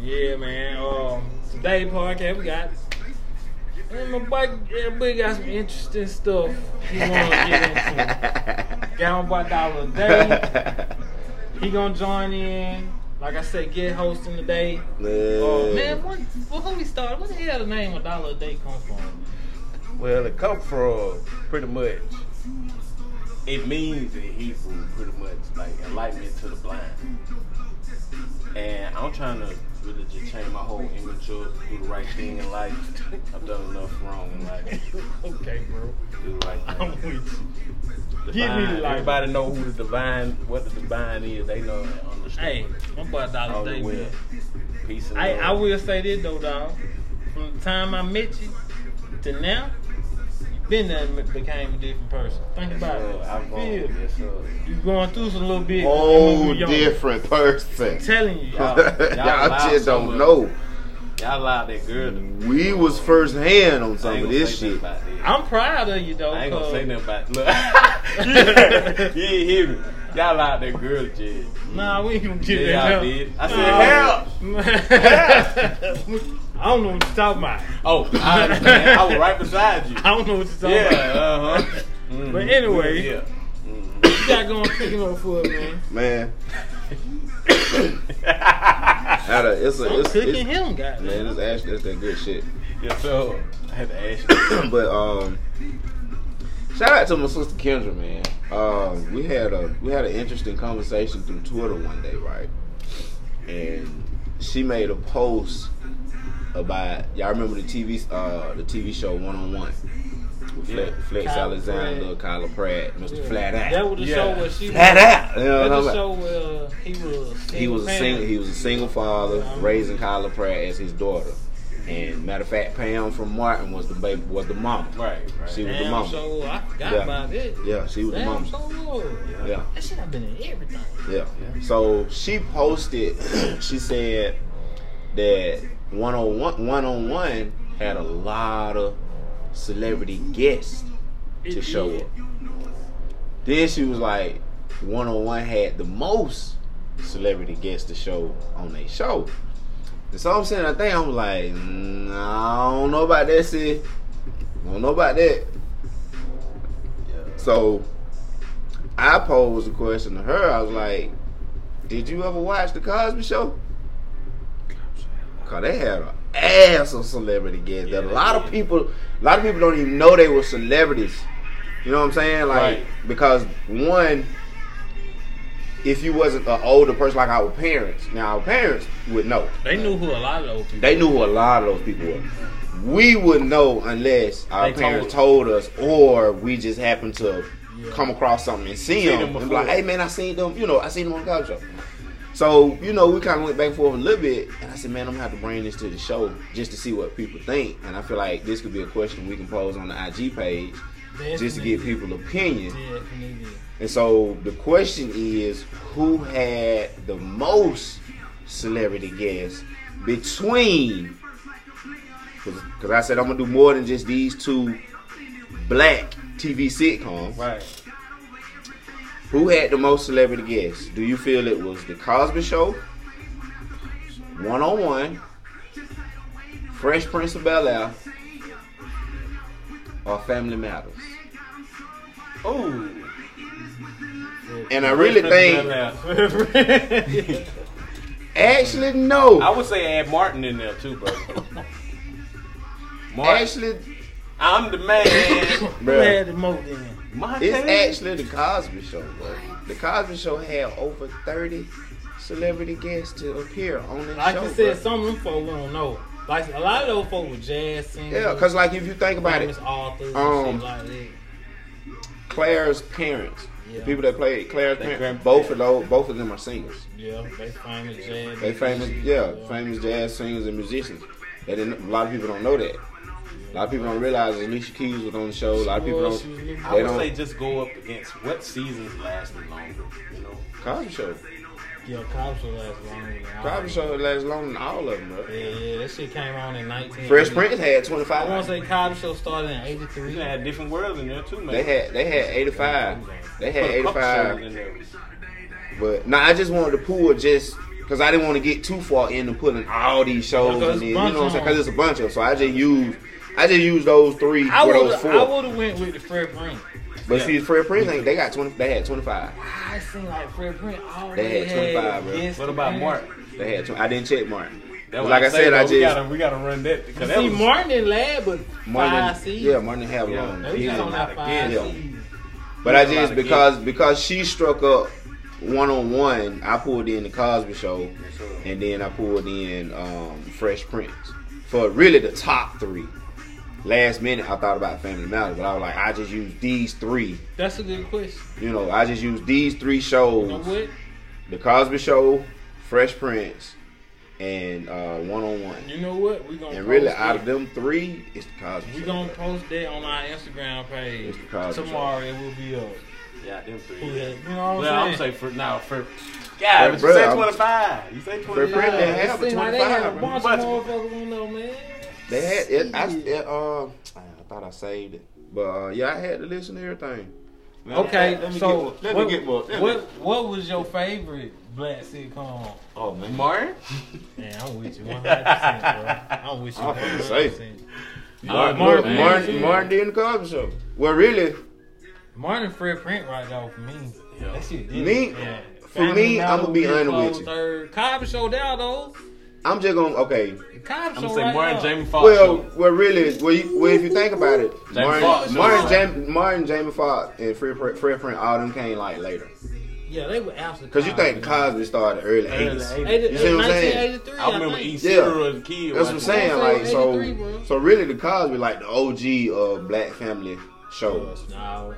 [SPEAKER 1] Yeah, man. Um, today podcast we got. And my boy, everybody got some interesting stuff he wanna get into. Got my boy Dollar Day. He gonna join in. Like I said, get hosting today. Uh, man,
[SPEAKER 2] Man.
[SPEAKER 1] what, before we start, where the hell the name of Dollar a Day come from?
[SPEAKER 4] Well, it come from pretty much.
[SPEAKER 3] It means in Hebrew, pretty much, like enlightenment to the blind. And I'm trying to really just change my whole image up, do the right thing in life. I've done enough wrong in life.
[SPEAKER 1] okay, bro.
[SPEAKER 3] Do the right
[SPEAKER 1] I'm
[SPEAKER 3] thing.
[SPEAKER 1] with you.
[SPEAKER 3] Divine.
[SPEAKER 1] Give me the light.
[SPEAKER 3] Everybody know who the divine, what the divine is. They know and
[SPEAKER 1] Hey,
[SPEAKER 3] understand.
[SPEAKER 1] my boy
[SPEAKER 3] all
[SPEAKER 1] Dollar
[SPEAKER 3] the
[SPEAKER 1] Day,
[SPEAKER 3] way.
[SPEAKER 1] man.
[SPEAKER 3] Peace and
[SPEAKER 1] I,
[SPEAKER 3] love.
[SPEAKER 1] I will say this though, dog. From the time I met you to now, you been there and became a different person. Think
[SPEAKER 3] Yes,
[SPEAKER 1] about
[SPEAKER 3] sir. I've
[SPEAKER 1] it.
[SPEAKER 3] grown.
[SPEAKER 1] Feel.
[SPEAKER 3] Yes, sir.
[SPEAKER 1] You going through some little bit.
[SPEAKER 2] Whole
[SPEAKER 1] you young.
[SPEAKER 2] different person.
[SPEAKER 1] I'm telling you,
[SPEAKER 2] Y'all,
[SPEAKER 1] y'all.
[SPEAKER 3] loud
[SPEAKER 2] just
[SPEAKER 3] so
[SPEAKER 2] don't
[SPEAKER 3] much.
[SPEAKER 2] know.
[SPEAKER 3] Y'all allowed that girl to
[SPEAKER 2] We was first hand on
[SPEAKER 3] I
[SPEAKER 2] some
[SPEAKER 3] ain't
[SPEAKER 2] of
[SPEAKER 3] gonna
[SPEAKER 2] this
[SPEAKER 3] say
[SPEAKER 2] shit.
[SPEAKER 3] nothing about that.
[SPEAKER 1] I'm proud of you though.
[SPEAKER 3] I ain't gonna
[SPEAKER 1] 'cause
[SPEAKER 3] say nothing about Look, you ain't hear me. Y'all out there, girl, Jed.
[SPEAKER 1] Nah, we ain't gonna get
[SPEAKER 3] Yeah,
[SPEAKER 1] that.
[SPEAKER 3] y'all did. I
[SPEAKER 1] said help. I don't know what you're talking about.
[SPEAKER 3] Oh, I understand. I was right beside you.
[SPEAKER 1] I don't know what you're talking
[SPEAKER 3] Yeah,
[SPEAKER 1] about.
[SPEAKER 3] uh huh.
[SPEAKER 1] But anyway,
[SPEAKER 3] Yeah.
[SPEAKER 1] you got going picking up for it, man.
[SPEAKER 2] Man. Outta- it's a, it's,
[SPEAKER 1] Cooking
[SPEAKER 2] it's,
[SPEAKER 1] him, goddamn.
[SPEAKER 2] man, it's actually that's that good shit.
[SPEAKER 3] Yeah, so I had to ask you.
[SPEAKER 2] but um, shout out to my sister Kendra, man. Um, we had a we had an interesting conversation through Twitter one day, right? And she made a post about y'all remember the TV uh the TV show One on One with Fle-
[SPEAKER 3] Yeah.
[SPEAKER 2] Flex
[SPEAKER 1] Kyler
[SPEAKER 2] Alexander, Kyler Pratt, Mr.
[SPEAKER 1] Yeah.
[SPEAKER 2] Flat Out.
[SPEAKER 1] That was the
[SPEAKER 3] Yeah.
[SPEAKER 1] show where she
[SPEAKER 2] Flat
[SPEAKER 1] was,
[SPEAKER 2] Out. You know what
[SPEAKER 1] That
[SPEAKER 2] I'm
[SPEAKER 1] was
[SPEAKER 2] talking
[SPEAKER 1] the
[SPEAKER 2] about?
[SPEAKER 1] show where he was
[SPEAKER 2] Uh-huh. he was a single. He was a single father,
[SPEAKER 1] Um,
[SPEAKER 2] raising Kyler Pratt as his daughter. And matter of fact, Pam from Martin was the baby, was the mama.
[SPEAKER 3] Right, right.
[SPEAKER 2] She was the
[SPEAKER 1] Damn
[SPEAKER 2] mama.
[SPEAKER 1] so I forgot
[SPEAKER 2] Yeah.
[SPEAKER 1] about it.
[SPEAKER 2] Yeah, she was the
[SPEAKER 1] Damn
[SPEAKER 2] mama.
[SPEAKER 1] so yeah.
[SPEAKER 2] Yeah,
[SPEAKER 1] That shit have been in everything.
[SPEAKER 2] yeah. So she posted. she said that one on one, one on one had a lot of celebrity guests
[SPEAKER 1] It
[SPEAKER 2] to show
[SPEAKER 1] did.
[SPEAKER 2] up. Then she was like, one on one had the most celebrity guests to show on their show. And so I'm saying, I think I'm like, mm, I don't know about that, sis. I don't know about that.
[SPEAKER 3] Yeah.
[SPEAKER 2] So I posed a question to her. I was like, Did you ever watch the Cosby Show? Cause they had an ass of celebrity guests. that a
[SPEAKER 3] they
[SPEAKER 2] lot of people, a lot of people don't even know they were celebrities. You know what I'm saying? Like
[SPEAKER 3] Right.
[SPEAKER 2] because one, if you wasn't an older person like our parents, now our parents would know.
[SPEAKER 1] They knew who a lot of those people.
[SPEAKER 2] They knew who a lot of those people were. We wouldn't know unless our
[SPEAKER 1] They
[SPEAKER 2] parents told. us, or we just happened to
[SPEAKER 1] Yeah.
[SPEAKER 2] come across something and see,
[SPEAKER 3] See
[SPEAKER 2] them,
[SPEAKER 3] them
[SPEAKER 2] and be like,
[SPEAKER 3] before.
[SPEAKER 2] "Hey man, I seen them. You know, I seen them on the couch." Show. So you know, we kind of went back and forth a little bit, and I said, "Man, I'm gonna have to bring this to the show just to see what people think." And I feel like this could be a question we can pose on the IG page just to get people opinions.
[SPEAKER 1] Definitely.
[SPEAKER 2] And so the question is who had the most celebrity guests between because I said I'm gonna do more than just these two black TV sitcoms.
[SPEAKER 3] Right.
[SPEAKER 2] Who had the most celebrity guests? Do you feel it was the Cosby Show? One on one, Fresh Prince of Bel Air, or Family Matters?
[SPEAKER 3] Ooh.
[SPEAKER 2] And I really think,
[SPEAKER 1] Definitely.
[SPEAKER 2] actually, no.
[SPEAKER 3] I would say add Martin in there too, bro. Martin,
[SPEAKER 2] Actually,
[SPEAKER 3] I'm the man.
[SPEAKER 1] Who had the most then?
[SPEAKER 3] My
[SPEAKER 2] it's
[SPEAKER 3] dad.
[SPEAKER 2] actually the Cosby Show, bro. The Cosby Show had over thirty celebrity guests to appear on this
[SPEAKER 1] Like
[SPEAKER 2] show.
[SPEAKER 1] I said,
[SPEAKER 2] bro.
[SPEAKER 1] some of them folks don't know. Like a lot of those folks were jazz singers.
[SPEAKER 2] yeah, because like if you think about it,
[SPEAKER 1] famous authors
[SPEAKER 2] Um,
[SPEAKER 1] and shit like that.
[SPEAKER 2] Claire's parents, the
[SPEAKER 1] Yeah.
[SPEAKER 2] people that played Claire's
[SPEAKER 3] They
[SPEAKER 2] parents,
[SPEAKER 3] grand-
[SPEAKER 2] both of those, both of them are singers.
[SPEAKER 1] Yeah, they famous jazz.
[SPEAKER 2] They famous, yeah, famous jazz singers and musicians. They didn't, a lot of people don't know that. A lot of people don't realize Alicia Keys was on the show. A lot of people
[SPEAKER 1] Well, she was
[SPEAKER 2] don't.
[SPEAKER 1] in the-
[SPEAKER 3] I
[SPEAKER 2] They
[SPEAKER 3] would
[SPEAKER 2] don't.
[SPEAKER 3] say just go up against what seasons lasted longer. You know,
[SPEAKER 2] Cosby Show.
[SPEAKER 1] Yeah, cops will last longer. than all
[SPEAKER 2] Cosby
[SPEAKER 1] of
[SPEAKER 2] Show lasts longer than all of them, bro.
[SPEAKER 1] them. Yeah, yeah, that shit came on in 19.
[SPEAKER 2] Fresh Prince had
[SPEAKER 1] I want
[SPEAKER 2] 25.
[SPEAKER 1] to say Cobb Show started in
[SPEAKER 3] you
[SPEAKER 1] 83.
[SPEAKER 3] gonna have different worlds in there too, man.
[SPEAKER 2] They had they had 85. They
[SPEAKER 3] Put
[SPEAKER 2] had
[SPEAKER 3] a couple shows
[SPEAKER 2] 85.
[SPEAKER 3] in there.
[SPEAKER 2] But no, I just wanted to pull just because I didn't want to get too far into pulling all these shows
[SPEAKER 1] Because it's
[SPEAKER 2] and then, you
[SPEAKER 1] a
[SPEAKER 2] know
[SPEAKER 1] bunch
[SPEAKER 2] what I'm saying?
[SPEAKER 1] of
[SPEAKER 2] Because it's a bunch of. 'em. So I just used I just used those three
[SPEAKER 1] I
[SPEAKER 2] for
[SPEAKER 1] would
[SPEAKER 2] those
[SPEAKER 1] have I
[SPEAKER 2] four.
[SPEAKER 1] would have went with the Fred Prince.
[SPEAKER 2] But
[SPEAKER 3] yeah.
[SPEAKER 2] see, Fred Prince ain't- they got 20. They had 25.
[SPEAKER 1] I seen like Fred Prince already
[SPEAKER 2] They had 25, bro.
[SPEAKER 1] guest
[SPEAKER 3] What about
[SPEAKER 1] appearance.
[SPEAKER 3] Mark?
[SPEAKER 2] They had. 20, I didn't check Martin.
[SPEAKER 3] That
[SPEAKER 2] like I said, I
[SPEAKER 3] we
[SPEAKER 2] just
[SPEAKER 3] gotta, we gotta run that because that
[SPEAKER 1] See,
[SPEAKER 3] was
[SPEAKER 1] Martin didn't last but five
[SPEAKER 2] Martin.
[SPEAKER 1] seasons.
[SPEAKER 2] Yeah, Martin had
[SPEAKER 3] Yeah,
[SPEAKER 2] long.
[SPEAKER 1] They was
[SPEAKER 2] He
[SPEAKER 1] just
[SPEAKER 2] didn't-
[SPEAKER 1] on that five
[SPEAKER 2] Yeah.
[SPEAKER 1] seasons.
[SPEAKER 2] But I
[SPEAKER 3] We had a lot
[SPEAKER 2] just
[SPEAKER 3] of
[SPEAKER 2] because because she struck up one on one, I pulled in the Cosby Show,
[SPEAKER 3] sir.
[SPEAKER 2] and then I pulled in um, Fresh Prince for really the top three. Last minute, I thought about Family Matters, but I was like, I just used these three.
[SPEAKER 1] That's a good question.
[SPEAKER 2] You know, I just used these three shows:
[SPEAKER 1] You know what?
[SPEAKER 2] the Cosby Show, Fresh Prince, and one on one.
[SPEAKER 1] You know what? We gonna
[SPEAKER 2] And really,
[SPEAKER 1] post
[SPEAKER 2] out of
[SPEAKER 1] it.
[SPEAKER 2] them three, it's the Cosby
[SPEAKER 1] We
[SPEAKER 2] Show.
[SPEAKER 1] gonna post that on our Instagram page
[SPEAKER 2] It's the Cosby Show.
[SPEAKER 1] tomorrow. It will be up.
[SPEAKER 3] yeah, them three.
[SPEAKER 1] Who had- You know what
[SPEAKER 3] Well, I'm
[SPEAKER 1] I'm
[SPEAKER 3] saying for now for
[SPEAKER 2] Fred
[SPEAKER 3] yeah, but
[SPEAKER 2] Brenner,
[SPEAKER 3] you said
[SPEAKER 2] I'm-
[SPEAKER 3] 25. You say 25.
[SPEAKER 2] Brenner,
[SPEAKER 1] saying?
[SPEAKER 2] they had
[SPEAKER 1] It seemed like they
[SPEAKER 2] 25,
[SPEAKER 1] had a
[SPEAKER 2] bro.
[SPEAKER 1] bunch
[SPEAKER 3] Bunch
[SPEAKER 1] of
[SPEAKER 3] of-
[SPEAKER 1] motherfuckers on there, man.
[SPEAKER 2] They had it. I,
[SPEAKER 1] Shit.
[SPEAKER 2] it uh, I thought I saved it, but uh, yeah, I had to listen to everything.
[SPEAKER 1] Okay,
[SPEAKER 3] Let me get
[SPEAKER 1] so
[SPEAKER 3] one. Let me
[SPEAKER 1] what,
[SPEAKER 3] get one. Let me-
[SPEAKER 1] what what was your favorite black sitcom?
[SPEAKER 3] Oh man, Martin.
[SPEAKER 1] Man, I'm with you 100%, bro. I'm with you
[SPEAKER 2] I'm finna
[SPEAKER 1] 100%.
[SPEAKER 2] say.
[SPEAKER 1] Martin,
[SPEAKER 2] Look,
[SPEAKER 1] Prince,
[SPEAKER 2] Martin,
[SPEAKER 1] yeah.
[SPEAKER 2] Martin did the Cosby Show. Well, really,
[SPEAKER 1] Martin Fred Print right now for me. That shit did
[SPEAKER 2] Me-
[SPEAKER 1] it. Yeah.
[SPEAKER 2] for me,
[SPEAKER 1] Family
[SPEAKER 2] I'ma be
[SPEAKER 1] Matters,
[SPEAKER 2] honest with
[SPEAKER 1] Close
[SPEAKER 2] you.
[SPEAKER 1] Third. Cobb Show down though.
[SPEAKER 2] I'm just gonna okay.
[SPEAKER 1] Cobb
[SPEAKER 3] I'm
[SPEAKER 1] Show
[SPEAKER 3] gonna say
[SPEAKER 1] right
[SPEAKER 3] Martin,
[SPEAKER 1] now.
[SPEAKER 3] Jamie Foxx.
[SPEAKER 2] Well, well, really, well, you, well, if you think about it,
[SPEAKER 3] Foxx.
[SPEAKER 2] Martin, Martin, Jam, Martin, Jamie Foxx, and Fred, Fred, Fred Friend, all them came like later.
[SPEAKER 1] Yeah, they were after.
[SPEAKER 2] Cause you think Cosby started early
[SPEAKER 3] Early
[SPEAKER 2] eighties.
[SPEAKER 3] 80s.
[SPEAKER 2] You see what I'm saying?
[SPEAKER 1] 1983.
[SPEAKER 3] I remember
[SPEAKER 1] think.
[SPEAKER 3] eating
[SPEAKER 2] Yeah.
[SPEAKER 3] cereal as a kid.
[SPEAKER 2] That's what I'm saying. Like
[SPEAKER 1] Eighty-three, bro.
[SPEAKER 2] so, so really, the Cosby like the OG of black family shows.
[SPEAKER 1] No.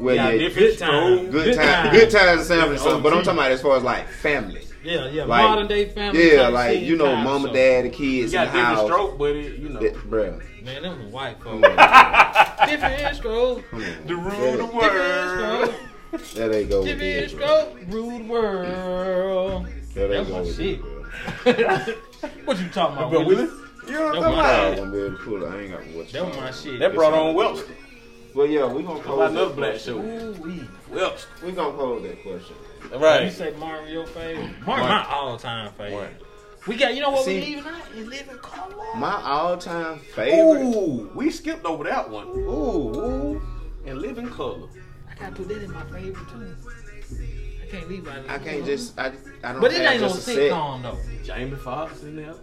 [SPEAKER 2] Well,
[SPEAKER 3] Yeah,
[SPEAKER 2] yeah,
[SPEAKER 3] different
[SPEAKER 1] Good time.
[SPEAKER 3] strokes.
[SPEAKER 2] good time, good times and family stuff. But I'm talking about as far as like family.
[SPEAKER 1] Yeah, yeah.
[SPEAKER 2] Like,
[SPEAKER 1] Modern day family.
[SPEAKER 2] Yeah,
[SPEAKER 1] type
[SPEAKER 2] like
[SPEAKER 1] shit,
[SPEAKER 2] you know,
[SPEAKER 1] time
[SPEAKER 2] mom
[SPEAKER 1] show.
[SPEAKER 2] and dad, the kids,
[SPEAKER 3] You got
[SPEAKER 2] and the
[SPEAKER 3] different
[SPEAKER 2] house.
[SPEAKER 3] stroke, but it, you know,
[SPEAKER 2] That- bruh.
[SPEAKER 1] Man, them was white
[SPEAKER 2] Come
[SPEAKER 1] folks.
[SPEAKER 2] on, bruh.
[SPEAKER 1] Different intro.
[SPEAKER 2] Come on.
[SPEAKER 3] the rule
[SPEAKER 2] That-
[SPEAKER 3] of the
[SPEAKER 1] Different
[SPEAKER 3] world.
[SPEAKER 1] intro.
[SPEAKER 2] That ain't go with
[SPEAKER 1] Different
[SPEAKER 2] this.
[SPEAKER 1] intro. Rude world.
[SPEAKER 2] That ain't
[SPEAKER 1] That's
[SPEAKER 2] go
[SPEAKER 1] my
[SPEAKER 2] with
[SPEAKER 1] shit.
[SPEAKER 2] this. bruh.
[SPEAKER 1] what you talking about?
[SPEAKER 3] But
[SPEAKER 1] Willis?
[SPEAKER 3] Willis, you know what
[SPEAKER 1] That
[SPEAKER 3] I'm talking
[SPEAKER 1] was-
[SPEAKER 2] I ain't
[SPEAKER 3] about?
[SPEAKER 2] gonna be able to pull it. I ain't got what.
[SPEAKER 1] That was my shit.
[SPEAKER 3] That brought on Welch.
[SPEAKER 2] Well, yeah, we gonna close
[SPEAKER 3] Another
[SPEAKER 2] that
[SPEAKER 3] black
[SPEAKER 2] question.
[SPEAKER 3] show.
[SPEAKER 1] Ooh wee.
[SPEAKER 3] Welch.
[SPEAKER 2] We gonna close that question.
[SPEAKER 1] You
[SPEAKER 3] Right.
[SPEAKER 1] say Martin your favorite? Martin, my all time favorite. We got you know what
[SPEAKER 2] See-
[SPEAKER 1] we leaving out is living color.
[SPEAKER 2] My all-time favorite.
[SPEAKER 3] Ooh, we skipped over that one. Ooh, ooh, and live in color.
[SPEAKER 1] I gotta put that in my favorite too. I can't leave out of
[SPEAKER 2] I can't just I, I don't.
[SPEAKER 1] But it
[SPEAKER 2] have
[SPEAKER 1] ain't no
[SPEAKER 2] just a set.
[SPEAKER 1] sitcom though.
[SPEAKER 3] Jamie Foxx in there.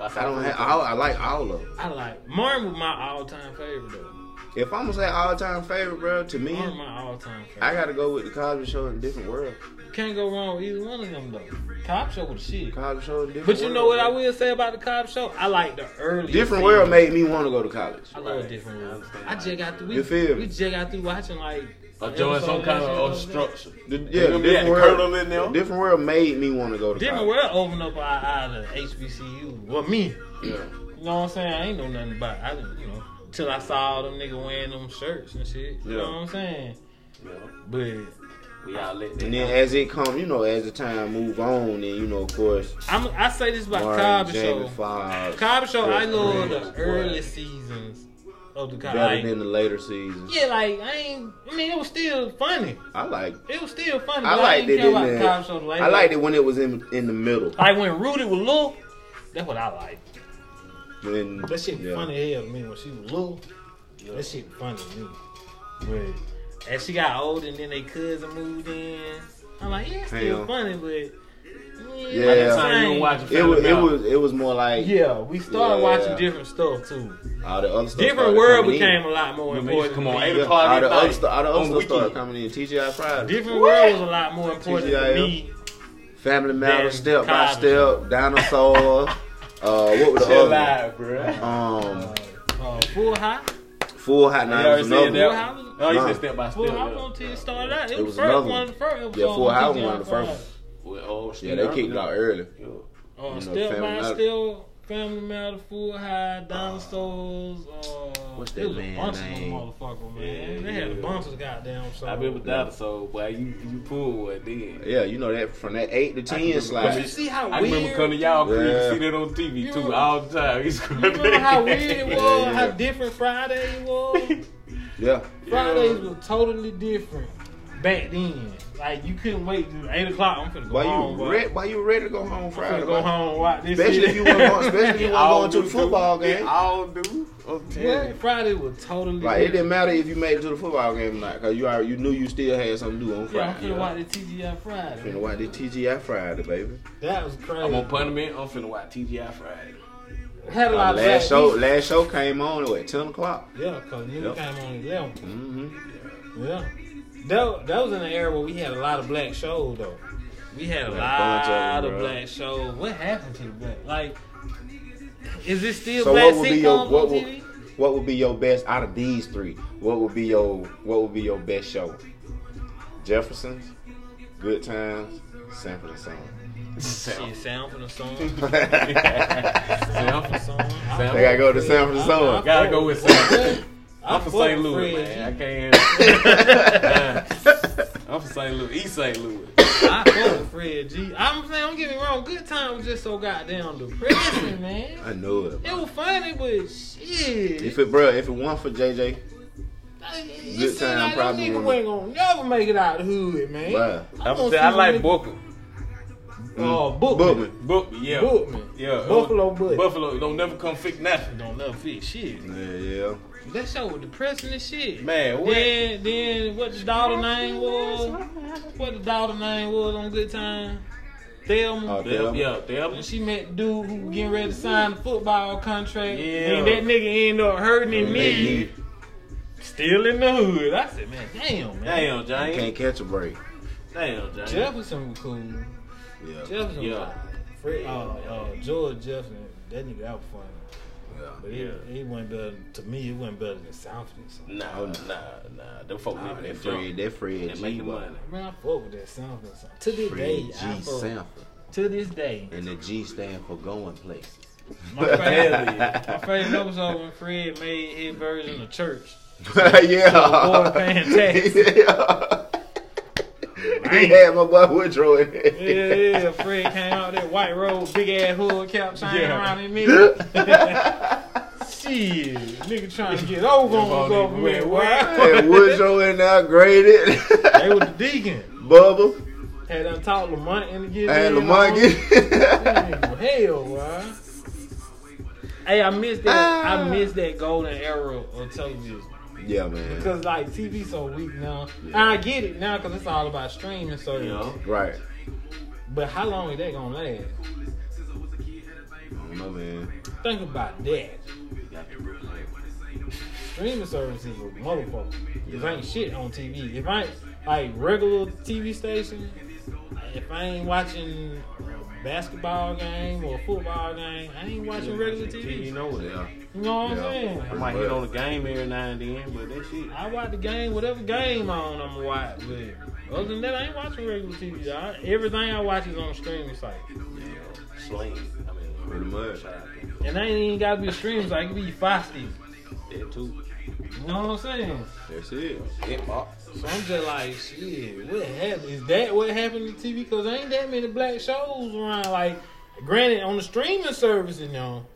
[SPEAKER 2] I don't have. I, I like all of them.
[SPEAKER 1] I like Martin was my all time favorite though.
[SPEAKER 2] If I'm gonna say all time favorite, bro, to me,
[SPEAKER 1] Martin my all time favorite.
[SPEAKER 2] I gotta go with the Cosby Show and Different World.
[SPEAKER 1] Can't go wrong with either one of them though. Cop show was shit.
[SPEAKER 2] Cosby Show and Different.
[SPEAKER 1] But you
[SPEAKER 2] World,
[SPEAKER 1] know what I
[SPEAKER 2] bro.
[SPEAKER 1] will say about the cop show? I like the early.
[SPEAKER 2] Different World made me want to go to college.
[SPEAKER 1] I love different world. I just got through. We,
[SPEAKER 2] You feel me?
[SPEAKER 1] we just got through watching like.
[SPEAKER 3] Or
[SPEAKER 1] an
[SPEAKER 3] join some
[SPEAKER 1] episode
[SPEAKER 3] kind
[SPEAKER 1] last
[SPEAKER 3] of
[SPEAKER 1] year, what was
[SPEAKER 3] obstruction.
[SPEAKER 2] The,
[SPEAKER 3] You
[SPEAKER 2] yeah,
[SPEAKER 3] gonna be
[SPEAKER 2] Different
[SPEAKER 3] at
[SPEAKER 2] World.
[SPEAKER 3] Colonel in there?
[SPEAKER 2] Different World made me want to go to
[SPEAKER 1] that? Different
[SPEAKER 2] college.
[SPEAKER 1] world opened up our eyes to HBCU. Well, me.
[SPEAKER 2] Different World.
[SPEAKER 1] You know what I'm saying? I ain't know nothing about. It. I didn't, you know, till I saw all them nigga wearing them shirts and shit. You
[SPEAKER 2] Yeah.
[SPEAKER 1] know what I'm saying?
[SPEAKER 3] Yeah.
[SPEAKER 1] But
[SPEAKER 3] We all let that.
[SPEAKER 2] And then as it come, you know, as the time move on, and you know, of course,
[SPEAKER 1] I'm, I say this about
[SPEAKER 2] Warren,
[SPEAKER 1] Cobb
[SPEAKER 2] Jamie
[SPEAKER 1] Show.
[SPEAKER 2] Foxx,
[SPEAKER 1] Cobb Show, I
[SPEAKER 2] Chris
[SPEAKER 1] know the
[SPEAKER 2] Rock,
[SPEAKER 1] early seasons of the Cobb.
[SPEAKER 2] better
[SPEAKER 1] Like,
[SPEAKER 2] than the later seasons.
[SPEAKER 1] yeah, like I ain't. I mean, it was still funny.
[SPEAKER 2] I like.
[SPEAKER 1] It was still funny.
[SPEAKER 2] I
[SPEAKER 1] but
[SPEAKER 2] liked
[SPEAKER 1] didn't care
[SPEAKER 2] it in
[SPEAKER 1] about the Cobb Show
[SPEAKER 2] the.
[SPEAKER 1] later.
[SPEAKER 2] I liked it when it was in in the middle.
[SPEAKER 1] Like when Rudy was little. That's what I like.
[SPEAKER 2] When
[SPEAKER 1] That shit
[SPEAKER 2] yeah.
[SPEAKER 1] funny as hell to me when she was little. That shit funny to me. But as she got older and then they cousin moved in, I'm like, yeah, it's still
[SPEAKER 2] Damn.
[SPEAKER 1] funny, but yeah,
[SPEAKER 2] Yeah. By that
[SPEAKER 3] time you
[SPEAKER 1] same.
[SPEAKER 3] don't watch it.
[SPEAKER 2] It was. It was. It was more like
[SPEAKER 1] Yeah, we started
[SPEAKER 2] Yeah.
[SPEAKER 1] watching different stuff too.
[SPEAKER 2] all the other stuff.
[SPEAKER 1] Different
[SPEAKER 2] started
[SPEAKER 1] world
[SPEAKER 2] coming
[SPEAKER 1] became
[SPEAKER 2] In.
[SPEAKER 1] a lot more
[SPEAKER 3] Remember,
[SPEAKER 1] important.
[SPEAKER 3] come on,
[SPEAKER 1] to me.
[SPEAKER 3] eight
[SPEAKER 2] Yeah,
[SPEAKER 3] o'clock
[SPEAKER 2] all the
[SPEAKER 3] everything
[SPEAKER 2] other stuff. All the
[SPEAKER 3] on
[SPEAKER 2] other stuff
[SPEAKER 3] weekend.
[SPEAKER 2] started coming in. TGI Friday.
[SPEAKER 1] Different world was a lot more important to
[SPEAKER 2] TGIF.
[SPEAKER 1] me.
[SPEAKER 2] Family Matters,
[SPEAKER 1] Damn,
[SPEAKER 2] Step by
[SPEAKER 1] Cosby.
[SPEAKER 2] Step, Dinosaur. uh, what was the
[SPEAKER 4] Chill
[SPEAKER 2] other?
[SPEAKER 4] out, bro.
[SPEAKER 2] one? Um,
[SPEAKER 1] Uh, Full House,
[SPEAKER 2] Full Hot
[SPEAKER 4] You
[SPEAKER 2] Nine
[SPEAKER 4] already
[SPEAKER 2] was
[SPEAKER 4] said
[SPEAKER 2] another
[SPEAKER 4] that
[SPEAKER 1] Full
[SPEAKER 4] one.
[SPEAKER 2] one.
[SPEAKER 1] House,
[SPEAKER 3] No, you
[SPEAKER 2] Nah.
[SPEAKER 3] Oh, said step by step.
[SPEAKER 1] Full House
[SPEAKER 3] yeah.
[SPEAKER 1] on TV started out. It
[SPEAKER 2] It
[SPEAKER 1] was
[SPEAKER 2] was
[SPEAKER 1] the first
[SPEAKER 2] another
[SPEAKER 1] one of the first episodes.
[SPEAKER 2] Yeah, Full
[SPEAKER 1] on
[SPEAKER 2] House was
[SPEAKER 1] TGI
[SPEAKER 2] one of the first.
[SPEAKER 1] Friday.
[SPEAKER 2] ones.
[SPEAKER 3] With old
[SPEAKER 2] Yeah, they kicked it out early.
[SPEAKER 1] Uh,
[SPEAKER 2] know,
[SPEAKER 1] step
[SPEAKER 2] Family
[SPEAKER 1] by
[SPEAKER 2] Matters.
[SPEAKER 1] step, Family Matter, Full High, Dinosaurs. Uh,
[SPEAKER 2] what's
[SPEAKER 1] it
[SPEAKER 2] that
[SPEAKER 1] was
[SPEAKER 2] man
[SPEAKER 1] a bunch
[SPEAKER 2] name?
[SPEAKER 1] of them motherfucker, man.
[SPEAKER 3] Yeah,
[SPEAKER 1] they had a
[SPEAKER 3] yeah.
[SPEAKER 1] bunch of goddamn songs.
[SPEAKER 3] I remember that, so boy, you you pulled one then.
[SPEAKER 2] Yeah, you know that from that eight to ten
[SPEAKER 1] But you
[SPEAKER 2] slide.
[SPEAKER 1] see how
[SPEAKER 3] I
[SPEAKER 1] weird.
[SPEAKER 3] remember coming to y'all crib
[SPEAKER 2] Yeah.
[SPEAKER 3] and see that on TV
[SPEAKER 1] You
[SPEAKER 3] too
[SPEAKER 1] remember-
[SPEAKER 3] all the time. He's
[SPEAKER 1] you remember how weird it was?
[SPEAKER 2] Yeah, yeah.
[SPEAKER 1] How different Friday was?
[SPEAKER 2] Yeah,
[SPEAKER 1] Fridays were totally different back then. Like you couldn't wait till eight o'clock. I'm finna go
[SPEAKER 2] why
[SPEAKER 1] home.
[SPEAKER 2] you
[SPEAKER 1] boy.
[SPEAKER 2] re- why you ready to go home
[SPEAKER 1] I'm
[SPEAKER 2] Friday?
[SPEAKER 1] finna go
[SPEAKER 2] boy?
[SPEAKER 1] home and watch this.
[SPEAKER 2] Especially
[SPEAKER 1] shit.
[SPEAKER 2] if you weren't going, especially if you weren't going to the football game.
[SPEAKER 3] All do. I'm telling
[SPEAKER 1] What?
[SPEAKER 3] you.
[SPEAKER 1] Friday was totally
[SPEAKER 2] Like it
[SPEAKER 1] different.
[SPEAKER 2] didn't matter if you made it to the football game or not, cause you already, you knew you still had something to do on
[SPEAKER 1] Yeah, I'm
[SPEAKER 2] Friday.
[SPEAKER 1] finna watch the TGI Friday.
[SPEAKER 2] Finna watch the TGI Friday, baby.
[SPEAKER 1] That was crazy.
[SPEAKER 3] I'm on punishment. I'm finna watch TGI Friday.
[SPEAKER 1] Had a lot of black
[SPEAKER 2] last show,
[SPEAKER 1] people.
[SPEAKER 2] last show came on at what, ten o'clock.
[SPEAKER 1] Yeah, cause nigga
[SPEAKER 2] Yep.
[SPEAKER 1] came on eleven.
[SPEAKER 2] Mm-hmm.
[SPEAKER 1] Yeah, that that was in an era where we had a lot of black shows though. We had a
[SPEAKER 2] Had a bunch of
[SPEAKER 1] lot
[SPEAKER 2] them,
[SPEAKER 1] of
[SPEAKER 2] bro.
[SPEAKER 1] black shows. What happened to the black? Like, is it still
[SPEAKER 2] So
[SPEAKER 1] black
[SPEAKER 2] what would
[SPEAKER 1] sitcoms
[SPEAKER 2] be your what
[SPEAKER 1] on
[SPEAKER 2] would,
[SPEAKER 1] TV?
[SPEAKER 2] what would be your best out of these three? What would be your what would be your best show? Jefferson's, Good Times, Sanford and Son.
[SPEAKER 1] Shit, sound from the song. Sound from the
[SPEAKER 3] Sam,
[SPEAKER 1] song. I
[SPEAKER 3] Sam-
[SPEAKER 2] They gotta go to Sanford and
[SPEAKER 1] fuck- I
[SPEAKER 2] Son.
[SPEAKER 3] Gotta go with Sam.
[SPEAKER 1] I
[SPEAKER 3] I'm from
[SPEAKER 1] fuck
[SPEAKER 3] St. Louis,
[SPEAKER 1] Fred
[SPEAKER 3] man.
[SPEAKER 1] G.
[SPEAKER 3] I can't. I'm from St. Louis, East St. Louis.
[SPEAKER 1] I fuck with Fred G. I'm saying, don't get me wrong. Good time was just so goddamn depressing, man.
[SPEAKER 2] I know it.
[SPEAKER 1] It was funny, but shit.
[SPEAKER 2] If it bruh, if it weren't for JJ,
[SPEAKER 1] You
[SPEAKER 2] Good
[SPEAKER 1] see,
[SPEAKER 2] time
[SPEAKER 1] like,
[SPEAKER 2] probably
[SPEAKER 1] probably nigga
[SPEAKER 2] wouldn't-
[SPEAKER 1] wasn't gonna never make it out of the hood, man.
[SPEAKER 2] bruh.
[SPEAKER 1] I
[SPEAKER 4] I'm
[SPEAKER 1] wanna
[SPEAKER 4] saying I
[SPEAKER 1] see
[SPEAKER 4] like
[SPEAKER 1] nigga-
[SPEAKER 4] Booker.
[SPEAKER 1] Oh, Bookman.
[SPEAKER 2] Bookman.
[SPEAKER 3] Book, yeah.
[SPEAKER 1] Bookman.
[SPEAKER 4] Yeah.
[SPEAKER 1] Buffalo Buck.
[SPEAKER 3] Buffalo don't never come fix nothing.
[SPEAKER 1] Don't love fit shit.
[SPEAKER 2] Yeah, yeah.
[SPEAKER 1] That show was depressing as shit.
[SPEAKER 3] Man, what?
[SPEAKER 1] Then, then what the daughter name was? What the daughter name was on Good Time? Thelma.
[SPEAKER 2] Oh,
[SPEAKER 3] Them,
[SPEAKER 2] Thelma.
[SPEAKER 3] yeah, them.
[SPEAKER 1] When she met the dude who was getting ready to sign the football contract,
[SPEAKER 3] Yeah.
[SPEAKER 1] and that nigga ended up hurting his knee,
[SPEAKER 2] You
[SPEAKER 1] still in the hood. I said, man, damn, man.
[SPEAKER 3] Damn, James.
[SPEAKER 2] can't catch a break.
[SPEAKER 3] Damn, James.
[SPEAKER 1] Jefferson was cool.
[SPEAKER 2] Yeah.
[SPEAKER 1] Jefferson.
[SPEAKER 3] Yeah.
[SPEAKER 1] Yeah. Fred, uh, uh, George Jefferson. That nigga that was funny. But he,
[SPEAKER 3] Yeah.
[SPEAKER 1] he went better to me. It went better than Sanford. or something.
[SPEAKER 3] Nah, nah, nah. Them folk
[SPEAKER 2] Nah,
[SPEAKER 3] living
[SPEAKER 2] that
[SPEAKER 3] that
[SPEAKER 2] Fred,
[SPEAKER 3] junk.
[SPEAKER 2] that Fred
[SPEAKER 3] They
[SPEAKER 2] G.
[SPEAKER 3] making
[SPEAKER 2] boy.
[SPEAKER 3] money.
[SPEAKER 1] Man, I fuck with that Sanford. or something. To this
[SPEAKER 2] Fred
[SPEAKER 1] day,
[SPEAKER 2] G.
[SPEAKER 1] I fuck.
[SPEAKER 2] Sanford.
[SPEAKER 1] To this day,
[SPEAKER 2] And the G stand for going places.
[SPEAKER 1] my favorite, my favorite episode when Fred made his version of church.
[SPEAKER 2] yeah.
[SPEAKER 1] boy paying tax.
[SPEAKER 2] yeah. He had my boy Woodrow in there.
[SPEAKER 1] Yeah, yeah. Fred came out that white robe, big ass hood cap, chain
[SPEAKER 3] Yeah.
[SPEAKER 1] around his middle. Shit, nigga trying to get over on the
[SPEAKER 3] Nobody
[SPEAKER 1] government.
[SPEAKER 3] went
[SPEAKER 1] boy.
[SPEAKER 2] Had Woodrow in there, graded.
[SPEAKER 1] They was the deacon.
[SPEAKER 2] Bubba.
[SPEAKER 1] Had done taught Lamont in the get.
[SPEAKER 2] And
[SPEAKER 1] in
[SPEAKER 2] Lamont
[SPEAKER 1] on.
[SPEAKER 2] get.
[SPEAKER 1] Hell, boy. Hey, I missed that. I missed that golden era of television.
[SPEAKER 2] Yeah, man.
[SPEAKER 1] Because like TV's so weak now. And I get it now because it's all about streaming. So
[SPEAKER 3] You know?
[SPEAKER 2] right.
[SPEAKER 1] but how long is that gonna last?
[SPEAKER 2] My man.
[SPEAKER 1] Think about that. Streaming services, motherfucker. If ain't shit on TV, if I ain't like regular TV station, if I ain't watching a basketball game or a football game, I ain't watching regular TV.
[SPEAKER 3] You
[SPEAKER 1] You
[SPEAKER 3] know what?
[SPEAKER 2] Yeah.
[SPEAKER 1] know what I'm
[SPEAKER 2] Yeah.
[SPEAKER 1] saying?
[SPEAKER 3] I might hit on the game every now and then, but that shit.
[SPEAKER 1] I watch the game, whatever game on, I'ma watch. But other than that, I ain't watching regular TV. I, everything I watch is on streaming site,
[SPEAKER 3] Slang. I mean,
[SPEAKER 2] Pretty much.
[SPEAKER 3] shout out
[SPEAKER 1] and I ain't even gotta be a streaming site. It can be Foxy.
[SPEAKER 3] to that too.
[SPEAKER 1] You know what I'm saying?
[SPEAKER 2] That's it.
[SPEAKER 1] So I'm just like, shit, what happened? Is that what happened to TV? Because ain't that many black shows around. Like, granted, on the streaming service, you know,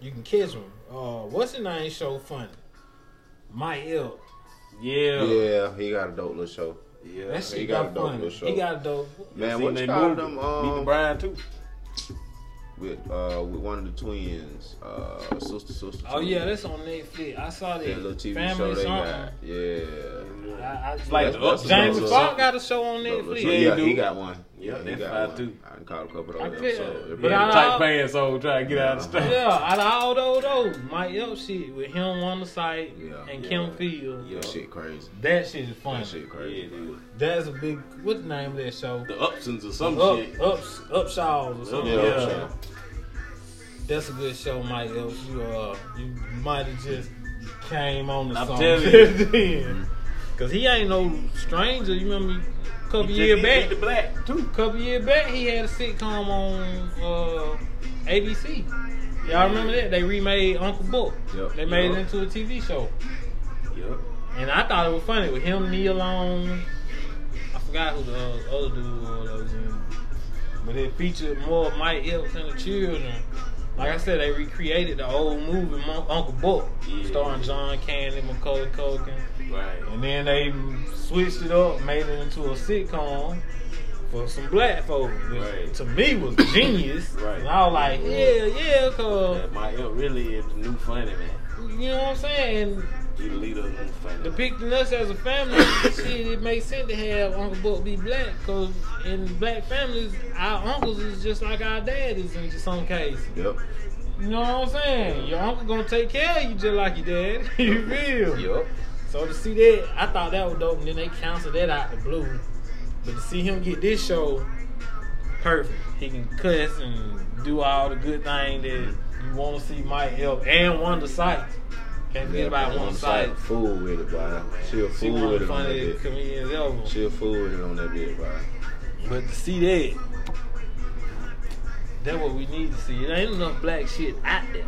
[SPEAKER 1] you can catch them. Uh, what's the name show funny? My Ill.
[SPEAKER 3] Yeah.
[SPEAKER 2] Yeah, he got a dope little show.
[SPEAKER 1] That
[SPEAKER 2] he
[SPEAKER 1] shit got,
[SPEAKER 2] got a dope
[SPEAKER 1] funny.
[SPEAKER 2] little show.
[SPEAKER 1] He got a dope.
[SPEAKER 2] Man,
[SPEAKER 3] Seen
[SPEAKER 2] what
[SPEAKER 3] they
[SPEAKER 2] you call
[SPEAKER 3] movie.
[SPEAKER 2] them?
[SPEAKER 3] Meet the
[SPEAKER 2] Um,
[SPEAKER 3] Brian too.
[SPEAKER 2] with uh, with one of the twins, uh, sister, sister.
[SPEAKER 1] Oh
[SPEAKER 2] twins.
[SPEAKER 1] yeah, that's on Netflix. I saw that,
[SPEAKER 2] that little TV
[SPEAKER 1] family
[SPEAKER 2] show they got.
[SPEAKER 1] something.
[SPEAKER 2] Yeah.
[SPEAKER 1] I, I,
[SPEAKER 3] Like
[SPEAKER 2] the
[SPEAKER 1] James
[SPEAKER 2] Upside Down.
[SPEAKER 1] Fox got a show on
[SPEAKER 2] Dope little
[SPEAKER 1] Netflix.
[SPEAKER 2] show.
[SPEAKER 3] Yeah,
[SPEAKER 2] Yeah,
[SPEAKER 3] he
[SPEAKER 2] he
[SPEAKER 3] do.
[SPEAKER 2] got one. Yeah, he
[SPEAKER 3] that's
[SPEAKER 2] got
[SPEAKER 3] fine,
[SPEAKER 2] one.
[SPEAKER 3] too.
[SPEAKER 2] I can call a couple
[SPEAKER 1] I
[SPEAKER 2] of those
[SPEAKER 1] feel-
[SPEAKER 2] episodes.
[SPEAKER 1] but I-
[SPEAKER 4] Tight pants on, trying to get out of the state.
[SPEAKER 1] Yeah, out of all those, those my Elp shit with him on the site
[SPEAKER 2] Yeah.
[SPEAKER 1] and
[SPEAKER 2] Yeah.
[SPEAKER 1] Kim Field.
[SPEAKER 2] That shit crazy.
[SPEAKER 1] That shit is funny.
[SPEAKER 2] That shit
[SPEAKER 3] Yeah,
[SPEAKER 2] crazy.
[SPEAKER 3] dude.
[SPEAKER 1] That's a big. What's the name of that show?
[SPEAKER 3] The Upsons or some
[SPEAKER 1] Up,
[SPEAKER 3] shit.
[SPEAKER 1] ups, upshaws or something.
[SPEAKER 3] Yeah.
[SPEAKER 1] Yeah. That's a good show, Mike. Elp. You uh, you might have just came on the
[SPEAKER 3] I'm
[SPEAKER 1] song
[SPEAKER 3] telling you.
[SPEAKER 1] then, cause he ain't no stranger. You remember a couple
[SPEAKER 3] Just
[SPEAKER 1] years
[SPEAKER 3] Meet
[SPEAKER 1] back.
[SPEAKER 3] the black too.
[SPEAKER 1] couple years back, he had a sitcom on uh, ABC. Y'all remember that? They remade Uncle Book.
[SPEAKER 2] Yep.
[SPEAKER 1] They made
[SPEAKER 2] Yep.
[SPEAKER 1] it into a TV show.
[SPEAKER 3] Yep.
[SPEAKER 1] And I thought it was funny with him, Neil Long. I forgot who the uh, other dude was that was in. But it featured more of Mike Epps and the children. Like I said, they recreated the old movie, Mon- Uncle Book,
[SPEAKER 3] Yeah.
[SPEAKER 1] starring John Candy, Macaulay Culkin.
[SPEAKER 3] Right.
[SPEAKER 1] And then they switched it up, made it into a sitcom for some black folks. which
[SPEAKER 3] Right.
[SPEAKER 1] To me, was genius.
[SPEAKER 3] Right.
[SPEAKER 1] And I was like, yeah, yeah, cause
[SPEAKER 3] That my L uh, really is the new funny man.
[SPEAKER 1] you know what I'm saying.
[SPEAKER 3] He the leader of the new funny.
[SPEAKER 1] Depicting us as a family, shit, it makes sense to have Uncle Buck be black, cause in black families, our uncles is just like our daddies in some cases.
[SPEAKER 2] Yep.
[SPEAKER 1] You know what I'm saying? Your uncle gonna take care of you just like your dad. you feel?
[SPEAKER 2] Yep.
[SPEAKER 1] So to see that, I thought that was dope, and then they canceled that out the blue. But to see him get this show, perfect. He can cuss and do all the good thing that you want to see Mike help and one of the sites. Can't forget about one site.
[SPEAKER 2] Fool with it, boy. She a
[SPEAKER 1] She one
[SPEAKER 2] fool
[SPEAKER 1] of
[SPEAKER 2] with
[SPEAKER 1] the
[SPEAKER 2] it on that
[SPEAKER 1] funniest
[SPEAKER 2] bit.
[SPEAKER 1] comedians ever.
[SPEAKER 2] She a fool with it on that bit, boy.
[SPEAKER 1] But to see that, that's what we need to see. There ain't enough black shit out there.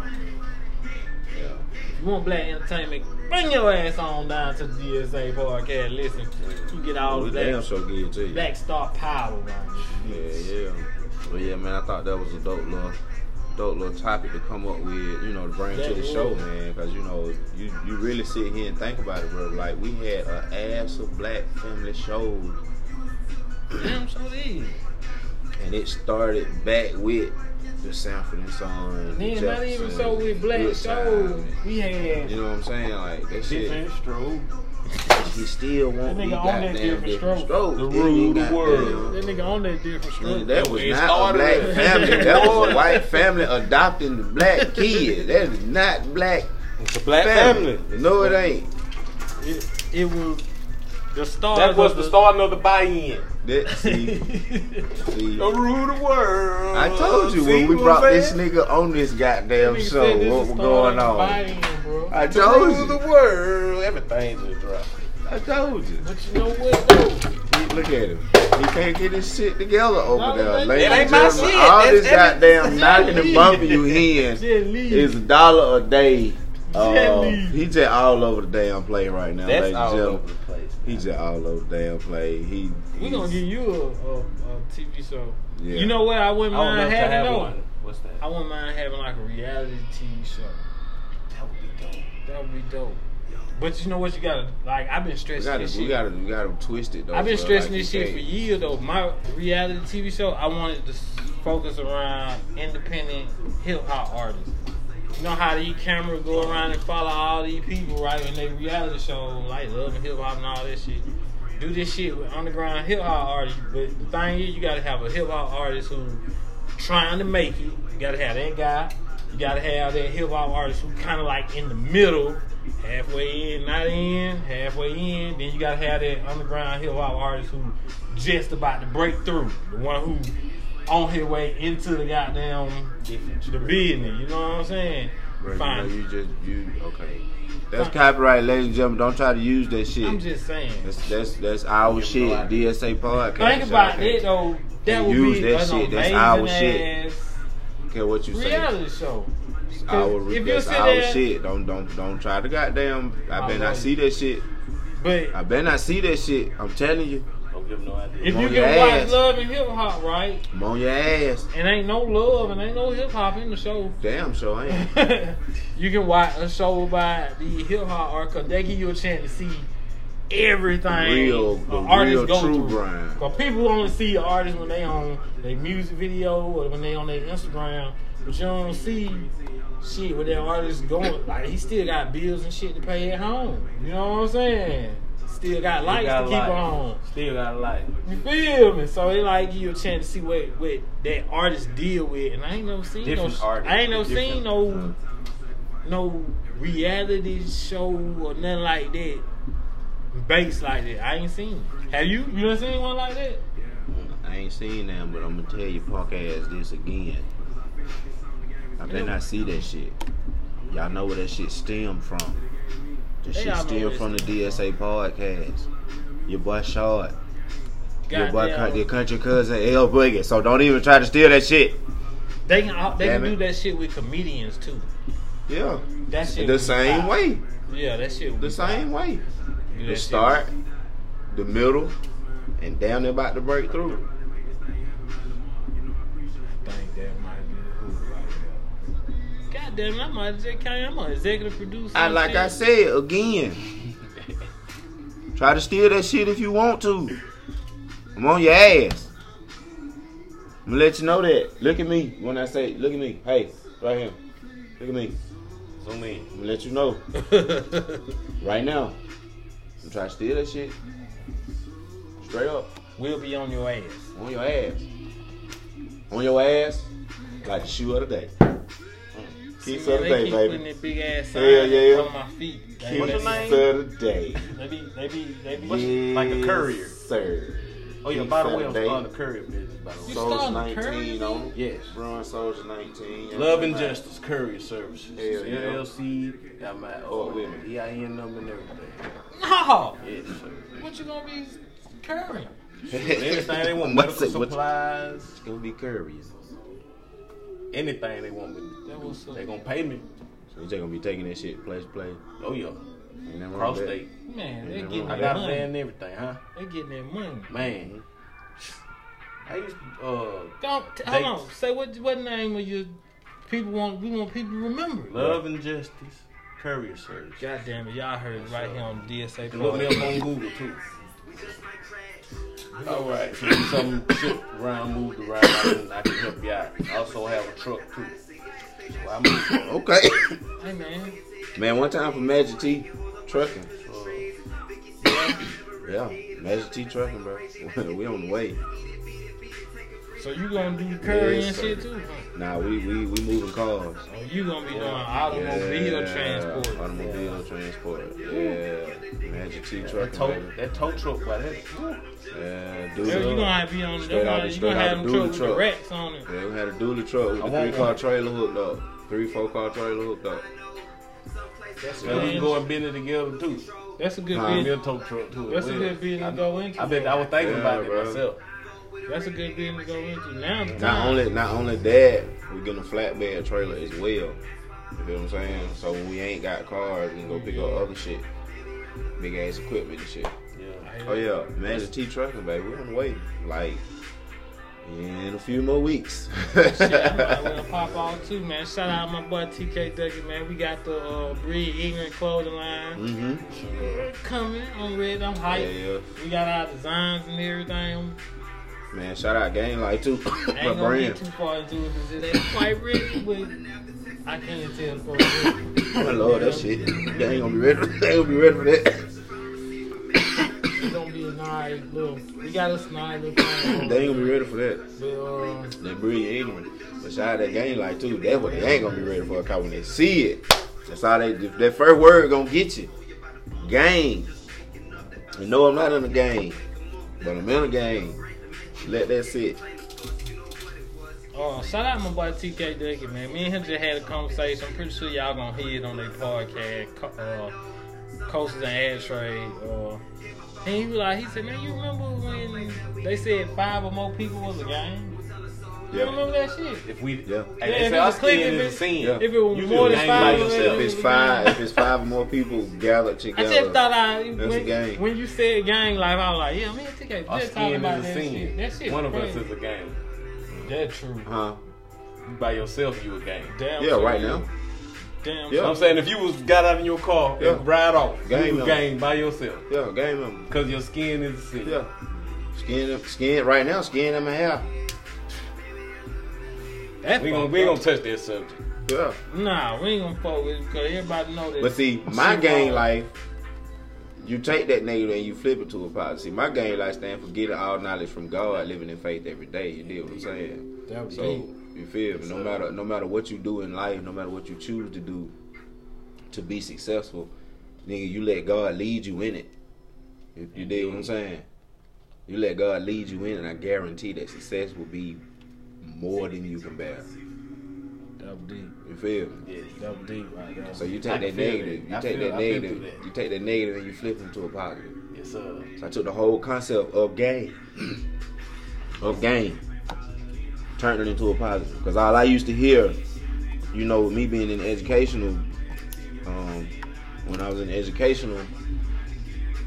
[SPEAKER 2] Yeah.
[SPEAKER 1] If you want black entertainment, bring your ass on down to the DSA podcast. Listen, you get all
[SPEAKER 2] We
[SPEAKER 1] the black
[SPEAKER 2] damn sure give it to you.
[SPEAKER 1] Black Star Power man.
[SPEAKER 2] Yeah, yeah. But yeah, man, I thought that was a dope little, dope little topic to come up with, you know, to bring
[SPEAKER 1] That
[SPEAKER 2] to the
[SPEAKER 1] is.
[SPEAKER 2] show, man. Because you know, you you really sit here and think about it, bro. Like we had a ass of black family shows,
[SPEAKER 1] Damn sure did.
[SPEAKER 2] and it started back with the Sanford and Son. And
[SPEAKER 1] Then not even so with black
[SPEAKER 2] Good
[SPEAKER 1] shows.
[SPEAKER 2] Time.
[SPEAKER 1] We had
[SPEAKER 2] You know what I'm saying? Like that shit,
[SPEAKER 3] Different stroke.
[SPEAKER 2] he still
[SPEAKER 1] That
[SPEAKER 2] won't be
[SPEAKER 1] nigga own that
[SPEAKER 2] goddamn
[SPEAKER 1] different
[SPEAKER 2] different
[SPEAKER 1] stroke.
[SPEAKER 2] strokes.
[SPEAKER 3] The
[SPEAKER 2] It
[SPEAKER 3] rule
[SPEAKER 2] ain't
[SPEAKER 3] the
[SPEAKER 2] goddamn-
[SPEAKER 3] world.
[SPEAKER 1] that nigga on that different stuff.
[SPEAKER 2] And that was
[SPEAKER 3] where it
[SPEAKER 2] not a black
[SPEAKER 3] started.
[SPEAKER 2] family. That was a white family adopting the black kid. That is not black
[SPEAKER 3] It's a black
[SPEAKER 2] family.
[SPEAKER 3] family.
[SPEAKER 2] No, it ain't.
[SPEAKER 1] It, it was the stars.
[SPEAKER 3] That was
[SPEAKER 1] of
[SPEAKER 3] the starting of the buy-in.
[SPEAKER 2] That, see, see.
[SPEAKER 3] The rule the world.
[SPEAKER 2] I told you
[SPEAKER 3] Oh, See
[SPEAKER 2] when we
[SPEAKER 3] what
[SPEAKER 2] brought
[SPEAKER 3] I'm
[SPEAKER 2] this
[SPEAKER 3] saying?
[SPEAKER 2] nigga on this
[SPEAKER 1] That
[SPEAKER 2] goddamn
[SPEAKER 1] nigga
[SPEAKER 2] show,
[SPEAKER 1] said this
[SPEAKER 2] what
[SPEAKER 1] is
[SPEAKER 2] was
[SPEAKER 1] starting
[SPEAKER 2] going on?
[SPEAKER 1] buy-in, bro.
[SPEAKER 2] I
[SPEAKER 3] The
[SPEAKER 2] told
[SPEAKER 3] rule the
[SPEAKER 2] you.
[SPEAKER 3] world. Everything's a drop.
[SPEAKER 2] I told you.
[SPEAKER 1] but you know what though?
[SPEAKER 2] He- Look at him. He can't get his shit together
[SPEAKER 1] No,
[SPEAKER 2] over there.
[SPEAKER 1] that-
[SPEAKER 2] Ladies
[SPEAKER 1] that
[SPEAKER 2] and
[SPEAKER 1] ain't
[SPEAKER 3] my
[SPEAKER 2] gentlemen,
[SPEAKER 3] shit.
[SPEAKER 2] all
[SPEAKER 3] That's
[SPEAKER 2] this
[SPEAKER 3] every-
[SPEAKER 2] goddamn knocking and
[SPEAKER 1] leave.
[SPEAKER 2] bumping you in
[SPEAKER 1] Just leave.
[SPEAKER 2] is a dollar a day. Uh,
[SPEAKER 1] leave.
[SPEAKER 2] he just all over the damn play right now,
[SPEAKER 3] That's
[SPEAKER 2] ladies and
[SPEAKER 3] all
[SPEAKER 2] gentlemen.
[SPEAKER 3] over the place.
[SPEAKER 2] He just all over the damn play. He
[SPEAKER 1] we
[SPEAKER 2] he's-
[SPEAKER 1] gonna give you a, a, a TV show.
[SPEAKER 2] Yeah.
[SPEAKER 1] You know what? I
[SPEAKER 3] I
[SPEAKER 1] wouldn't
[SPEAKER 3] would love
[SPEAKER 1] mind
[SPEAKER 3] to
[SPEAKER 1] having
[SPEAKER 3] have
[SPEAKER 1] though.
[SPEAKER 3] one. What's
[SPEAKER 1] I
[SPEAKER 3] that?
[SPEAKER 1] wouldn't mind having like a reality TV show.
[SPEAKER 3] That would be dope.
[SPEAKER 1] That would be dope. But you know what? You gotta like. I've been
[SPEAKER 2] we
[SPEAKER 1] stressing
[SPEAKER 2] gotta,
[SPEAKER 1] this
[SPEAKER 2] we
[SPEAKER 1] shit.
[SPEAKER 2] gotta, we gotta twist it though.
[SPEAKER 1] I've been
[SPEAKER 2] bro.
[SPEAKER 1] stressing
[SPEAKER 2] Like,
[SPEAKER 1] this
[SPEAKER 2] you
[SPEAKER 1] shit for
[SPEAKER 2] can't-
[SPEAKER 1] years though. My reality TV show, I wanted to s- focus around independent hip hop artists. You know how these cameras go around and follow all these people, right? And they reality show like love and hip hop and all that shit. Do this shit with underground hip hop artists, but the thing is, you gotta have a hip hop artist who trying to make it. You gotta have that guy. You gotta have that hip hop artist who kind of like in the middle, halfway in, not in, halfway in. Then you gotta have that underground hip hop artist who just about to break through, the one who on his way into the goddamn the business. You know what I'm saying?
[SPEAKER 2] Bro,
[SPEAKER 1] Fine.
[SPEAKER 2] You, know, you just you okay. That's
[SPEAKER 1] Fine.
[SPEAKER 2] copyright, ladies and gentlemen. Don't try to use that shit.
[SPEAKER 1] I'm just saying.
[SPEAKER 2] that's that's that's our shit. DSA podcast.
[SPEAKER 1] Think about it though. That
[SPEAKER 2] You
[SPEAKER 1] would
[SPEAKER 2] use
[SPEAKER 1] be
[SPEAKER 2] that
[SPEAKER 1] an
[SPEAKER 2] shit, that's
[SPEAKER 1] amazing
[SPEAKER 2] our
[SPEAKER 1] ass
[SPEAKER 2] shit. Care what you say.
[SPEAKER 1] reality show.
[SPEAKER 2] It's Our,
[SPEAKER 1] If you
[SPEAKER 2] that's
[SPEAKER 1] sit
[SPEAKER 2] our
[SPEAKER 1] there-
[SPEAKER 2] shit. Don't don't don't try to goddamn. I
[SPEAKER 1] I
[SPEAKER 2] bet not
[SPEAKER 1] love
[SPEAKER 2] see that shit.
[SPEAKER 1] But
[SPEAKER 2] I bet not see that shit. I'm telling you,
[SPEAKER 3] Don't give 'em no idea. Oh,
[SPEAKER 1] if
[SPEAKER 2] on
[SPEAKER 1] you
[SPEAKER 2] your
[SPEAKER 1] can watch
[SPEAKER 2] ass.
[SPEAKER 1] love and hip hop, right?
[SPEAKER 2] I'm on your ass.
[SPEAKER 1] And ain't no love and ain't no hip hop in the show.
[SPEAKER 2] Damn, sure I am.
[SPEAKER 1] you can watch a show by the hip hop artist. 'cause They give you a chance to see everything
[SPEAKER 2] Real-
[SPEAKER 1] a
[SPEAKER 2] the
[SPEAKER 1] artist
[SPEAKER 2] real
[SPEAKER 1] go
[SPEAKER 2] true
[SPEAKER 1] through.
[SPEAKER 2] grind.
[SPEAKER 1] 'Cause people only see artists when they on their music video or when they on their Instagram, but you don't see shit with that artist going. Like he still got bills and shit to pay at home. You know what I'm saying? Still got lights
[SPEAKER 3] got
[SPEAKER 1] to keep
[SPEAKER 3] life.
[SPEAKER 1] on.
[SPEAKER 3] Still got a life.
[SPEAKER 1] You feel me? So it like give you a chance to see what what that artist deal with, and I ain't never seen
[SPEAKER 3] Different
[SPEAKER 1] no
[SPEAKER 3] artists,
[SPEAKER 1] I ain't never
[SPEAKER 3] different-
[SPEAKER 1] seen no no reality show or nothing like that based like that. I ain't seen. it. Have you? You done seen one like that?
[SPEAKER 2] I ain't seen them, but I'm gonna tell you, punk ass, this again. I bet not see that shit. Y'all know where that shit stemmed from. The
[SPEAKER 1] They
[SPEAKER 2] shit
[SPEAKER 1] all know
[SPEAKER 2] stemmed
[SPEAKER 1] where
[SPEAKER 2] from the
[SPEAKER 1] it
[SPEAKER 2] DSA
[SPEAKER 1] stemmed
[SPEAKER 2] podcast. Your boy Short, your boy,
[SPEAKER 1] Goddamn.
[SPEAKER 2] Cou- your country cousin L Boogie. So don't even try to steal that shit.
[SPEAKER 1] They can all- they
[SPEAKER 2] Damn
[SPEAKER 1] can do
[SPEAKER 2] it.
[SPEAKER 1] that shit with comedians too.
[SPEAKER 2] Yeah,
[SPEAKER 1] That shit
[SPEAKER 2] the
[SPEAKER 1] would be
[SPEAKER 2] same
[SPEAKER 1] fire.
[SPEAKER 2] way,
[SPEAKER 1] Yeah, that shit. would
[SPEAKER 2] the
[SPEAKER 1] be
[SPEAKER 2] same way.
[SPEAKER 1] fire. That
[SPEAKER 2] The
[SPEAKER 1] shit
[SPEAKER 2] start, the middle, and down there about to break through.
[SPEAKER 1] would- think that might be who right there. God damn, it, I might have just came. I'm an executive producer.
[SPEAKER 2] I
[SPEAKER 1] and
[SPEAKER 2] like
[SPEAKER 1] shit.
[SPEAKER 2] I said again. Try to steal that shit if you want to. I'm on your ass. I'm gonna let you know that. Look at me when I say, look at me. Hey, right here. Look at me.
[SPEAKER 3] Zoom in.
[SPEAKER 2] I'm gonna let you know right now. I'm trying to steal that shit. Straight up.
[SPEAKER 1] we'll be on your ass.
[SPEAKER 2] On your ass. On your ass. Like the shoe of the day. Kiss
[SPEAKER 1] Yeah,
[SPEAKER 2] of
[SPEAKER 1] they
[SPEAKER 2] the day,
[SPEAKER 1] keep putting
[SPEAKER 2] baby.
[SPEAKER 1] that big ass sign
[SPEAKER 2] Yeah, yeah, yeah.
[SPEAKER 1] on my feet. They,
[SPEAKER 2] Kiss
[SPEAKER 1] they,
[SPEAKER 3] your name?
[SPEAKER 2] of the day.
[SPEAKER 1] They be, they be, they be.
[SPEAKER 2] Yes,
[SPEAKER 3] like a courier.
[SPEAKER 2] Sir.
[SPEAKER 3] Oh yeah,
[SPEAKER 2] Keith
[SPEAKER 3] by the way, I'm
[SPEAKER 2] Saturday.
[SPEAKER 3] still on the courier business. By the way,
[SPEAKER 1] You
[SPEAKER 2] Soldier
[SPEAKER 1] starting the curry,
[SPEAKER 2] 19 on
[SPEAKER 1] man?
[SPEAKER 2] it.
[SPEAKER 3] Yes.
[SPEAKER 2] Brewing Soldier 19.
[SPEAKER 3] Love and Justice Courier Services.
[SPEAKER 2] Hell yeah.
[SPEAKER 3] LLC. Got my
[SPEAKER 2] Oh, wait a minute.
[SPEAKER 3] EIN number and everything.
[SPEAKER 1] No,
[SPEAKER 3] Yes, sir.
[SPEAKER 1] what you gonna be currying?
[SPEAKER 3] Anything they want,
[SPEAKER 2] What's
[SPEAKER 3] medical
[SPEAKER 2] it? What's
[SPEAKER 3] supplies,
[SPEAKER 2] gonna be curries?
[SPEAKER 3] anything they want.
[SPEAKER 1] That was
[SPEAKER 3] They
[SPEAKER 1] so,
[SPEAKER 3] gonna pay me.
[SPEAKER 2] So you just gonna be taking that shit place to place.
[SPEAKER 3] Oh yeah,
[SPEAKER 2] Ain't nothing wrong
[SPEAKER 3] cross
[SPEAKER 2] with that.
[SPEAKER 3] state.
[SPEAKER 1] man.
[SPEAKER 2] Yeah,
[SPEAKER 1] They
[SPEAKER 2] they
[SPEAKER 1] getting
[SPEAKER 2] wrong.
[SPEAKER 1] that
[SPEAKER 3] I got a
[SPEAKER 1] money.
[SPEAKER 3] van and everything, huh?
[SPEAKER 1] They getting that money.
[SPEAKER 3] Man, I used to. Uh,
[SPEAKER 1] Don't t-
[SPEAKER 3] They-
[SPEAKER 1] hold on. Say what? What name of your people want? We want people to remember.
[SPEAKER 3] Love and Justice Courier Service.
[SPEAKER 1] God damn it, y'all heard it right here on DSA.
[SPEAKER 3] You Look me
[SPEAKER 1] Podcast.
[SPEAKER 3] up on Google too. All right, so if some shit around moved around, I can, I can help you out. I also have a truck too. Well, uh, I moved from,
[SPEAKER 2] Okay.
[SPEAKER 1] Hey man,
[SPEAKER 2] Man, one time for Magic T trucking.
[SPEAKER 3] uh,
[SPEAKER 2] Yeah, Magic T trucking, bro. we on the way.
[SPEAKER 1] so you gonna do curry
[SPEAKER 2] Yes,
[SPEAKER 1] and
[SPEAKER 2] sir.
[SPEAKER 1] shit too? huh?
[SPEAKER 2] Nah, we we, we moving cars.
[SPEAKER 1] Or Oh, you gonna be doing automobile
[SPEAKER 2] Yeah,
[SPEAKER 1] transport?
[SPEAKER 2] Automobile transport. Yeah. Magic T
[SPEAKER 3] that,
[SPEAKER 2] trucking.
[SPEAKER 3] tow,
[SPEAKER 2] baby.
[SPEAKER 3] that tow truck by that.
[SPEAKER 2] Yeah,
[SPEAKER 1] Girl,
[SPEAKER 2] dude.
[SPEAKER 1] you gonna have to be on.
[SPEAKER 2] Straight out the-
[SPEAKER 1] You
[SPEAKER 2] straight
[SPEAKER 1] gonna
[SPEAKER 2] out
[SPEAKER 1] have
[SPEAKER 2] the
[SPEAKER 1] them
[SPEAKER 2] dually
[SPEAKER 1] truck with the
[SPEAKER 2] truck.
[SPEAKER 1] racks on it.
[SPEAKER 2] Yeah, we had a dually truck with
[SPEAKER 3] I
[SPEAKER 2] a
[SPEAKER 3] want
[SPEAKER 2] three car
[SPEAKER 3] one.
[SPEAKER 2] trailer hooked up. Three, four car trailer hooked up.
[SPEAKER 1] That's
[SPEAKER 3] Man, we
[SPEAKER 1] good.
[SPEAKER 3] can go and bend it together too.
[SPEAKER 1] That's a good
[SPEAKER 2] Huh?
[SPEAKER 3] Be a
[SPEAKER 1] business.
[SPEAKER 3] tow truck too.
[SPEAKER 1] That's a
[SPEAKER 3] Well,
[SPEAKER 1] good business to go into.
[SPEAKER 3] I bet I was thinking
[SPEAKER 2] Yeah,
[SPEAKER 3] about it
[SPEAKER 2] bro.
[SPEAKER 3] myself.
[SPEAKER 1] That's a good business to go into. Now, the
[SPEAKER 2] Not
[SPEAKER 1] time-
[SPEAKER 2] only not only that, we getting a flatbed trailer as well. You feel what I'm saying? So when we ain't got cars, we can go pick up other shit. Big ass equipment and shit.
[SPEAKER 3] Yeah.
[SPEAKER 2] Oh yeah, Magic T trucking, baby. We're on the way. Like in a few more weeks. Mm-hmm.
[SPEAKER 1] Shit, I might well pop off too, man. Shout out my boy TK Ducky, man. We got the uh, Breed Ignorant clothing line
[SPEAKER 2] hmm
[SPEAKER 1] coming on red. I'm
[SPEAKER 2] Yeah,
[SPEAKER 1] hyped.
[SPEAKER 2] yeah.
[SPEAKER 1] We got our designs and everything.
[SPEAKER 2] Man, shout out Gang Life too.
[SPEAKER 1] I
[SPEAKER 2] My
[SPEAKER 1] ain't gonna get
[SPEAKER 2] brand.
[SPEAKER 1] too far into it because it ain't quite ready, but I can't tell the fuck.
[SPEAKER 2] I love that shit. They ain't gonna be ready. They ain't gonna be ready for that.
[SPEAKER 1] It's gonna be a nice little. We got a snide little. thing.
[SPEAKER 2] They ain't gonna be ready for that.
[SPEAKER 1] But, uh,
[SPEAKER 2] They breed ignorant. But shout out that game like too. That's what they ain't gonna be ready for. Cause when they see it, that's how they. That first word gonna get you. Game. And no, I'm not in the game, but I'm in the game. Let that sit.
[SPEAKER 1] Uh, shout out my boy TK Ducky, man. Me and him just had a conversation. I'm pretty sure y'all gonna hear it on their podcast, Co- uh, Coaches and Ad Trade. Uh, and he was like, he said, man, you remember when they said five or more people was a game? You
[SPEAKER 2] Yeah.
[SPEAKER 1] remember that shit?
[SPEAKER 3] If we,
[SPEAKER 2] Yeah.
[SPEAKER 3] hey,
[SPEAKER 1] Yeah,
[SPEAKER 3] they
[SPEAKER 1] if
[SPEAKER 3] say
[SPEAKER 1] it
[SPEAKER 3] our
[SPEAKER 1] was clicking,
[SPEAKER 3] skin
[SPEAKER 1] bitch.
[SPEAKER 3] is a sin.
[SPEAKER 2] Yeah.
[SPEAKER 1] If it was
[SPEAKER 3] You
[SPEAKER 1] more than
[SPEAKER 3] just ain't
[SPEAKER 1] five,
[SPEAKER 3] by
[SPEAKER 1] of us,
[SPEAKER 3] yourself.
[SPEAKER 1] it
[SPEAKER 2] If
[SPEAKER 1] was
[SPEAKER 2] it's
[SPEAKER 1] a
[SPEAKER 2] five,
[SPEAKER 1] game.
[SPEAKER 2] if it's five or more people gathered
[SPEAKER 1] I
[SPEAKER 2] together,
[SPEAKER 1] just thought I
[SPEAKER 2] that's a
[SPEAKER 1] when,
[SPEAKER 2] game.
[SPEAKER 1] when you said gang life, I was like, yeah, me and TK
[SPEAKER 3] Our
[SPEAKER 1] just talking
[SPEAKER 3] skin
[SPEAKER 1] about
[SPEAKER 3] is a
[SPEAKER 1] that shit. That
[SPEAKER 3] sin.
[SPEAKER 1] shit
[SPEAKER 3] One of us
[SPEAKER 1] crazy.
[SPEAKER 3] is a game.
[SPEAKER 1] That true.
[SPEAKER 2] huh?
[SPEAKER 3] You by yourself, you a game.
[SPEAKER 1] Damn
[SPEAKER 2] Yeah,
[SPEAKER 1] true.
[SPEAKER 2] right now.
[SPEAKER 1] Damn.
[SPEAKER 2] Yeah.
[SPEAKER 1] true.
[SPEAKER 3] I'm saying if you was got out in your car
[SPEAKER 2] Yeah.
[SPEAKER 3] and ride off,
[SPEAKER 2] Game
[SPEAKER 3] you
[SPEAKER 2] on.
[SPEAKER 3] was game by yourself
[SPEAKER 2] Yeah, game member.
[SPEAKER 3] because your skin is a sin.
[SPEAKER 2] Yeah. Skin, skin. Right now, skin in my hair.
[SPEAKER 1] That
[SPEAKER 3] We gonna
[SPEAKER 1] fucked
[SPEAKER 3] we
[SPEAKER 1] up.
[SPEAKER 3] gonna touch that subject.
[SPEAKER 2] Yeah.
[SPEAKER 1] Nah, we ain't gonna fuck with it because everybody know that.
[SPEAKER 2] But see, my
[SPEAKER 1] shit
[SPEAKER 2] game
[SPEAKER 1] wrong.
[SPEAKER 2] life, you take that negative and you flip it to a positive. See, my game life stands for getting all knowledge from God, living in faith every day. You deal what I'm saying?
[SPEAKER 1] That was
[SPEAKER 2] So you feel me? No matter no matter what you do in life, no matter what you choose to do to be successful, nigga, you let God lead you in it. You, you dig what I'm saying? You let God lead you in, and I guarantee that success will be more than you can bear.
[SPEAKER 1] Double D.
[SPEAKER 2] You feel me?
[SPEAKER 3] Yeah.
[SPEAKER 1] Double D right there.
[SPEAKER 2] So you
[SPEAKER 3] I
[SPEAKER 2] take
[SPEAKER 3] can
[SPEAKER 2] that
[SPEAKER 3] feel
[SPEAKER 2] negative,
[SPEAKER 3] that.
[SPEAKER 2] you
[SPEAKER 3] I
[SPEAKER 2] take
[SPEAKER 3] feel-
[SPEAKER 2] that
[SPEAKER 3] I've been
[SPEAKER 2] negative,
[SPEAKER 3] through that.
[SPEAKER 2] you take that negative, and you flip it to a positive.
[SPEAKER 3] Yes, sir.
[SPEAKER 2] So I took the whole concept of game, of game, turned it into a positive. Because all I used to hear, you know, with me being in educational, um, when I was in the educational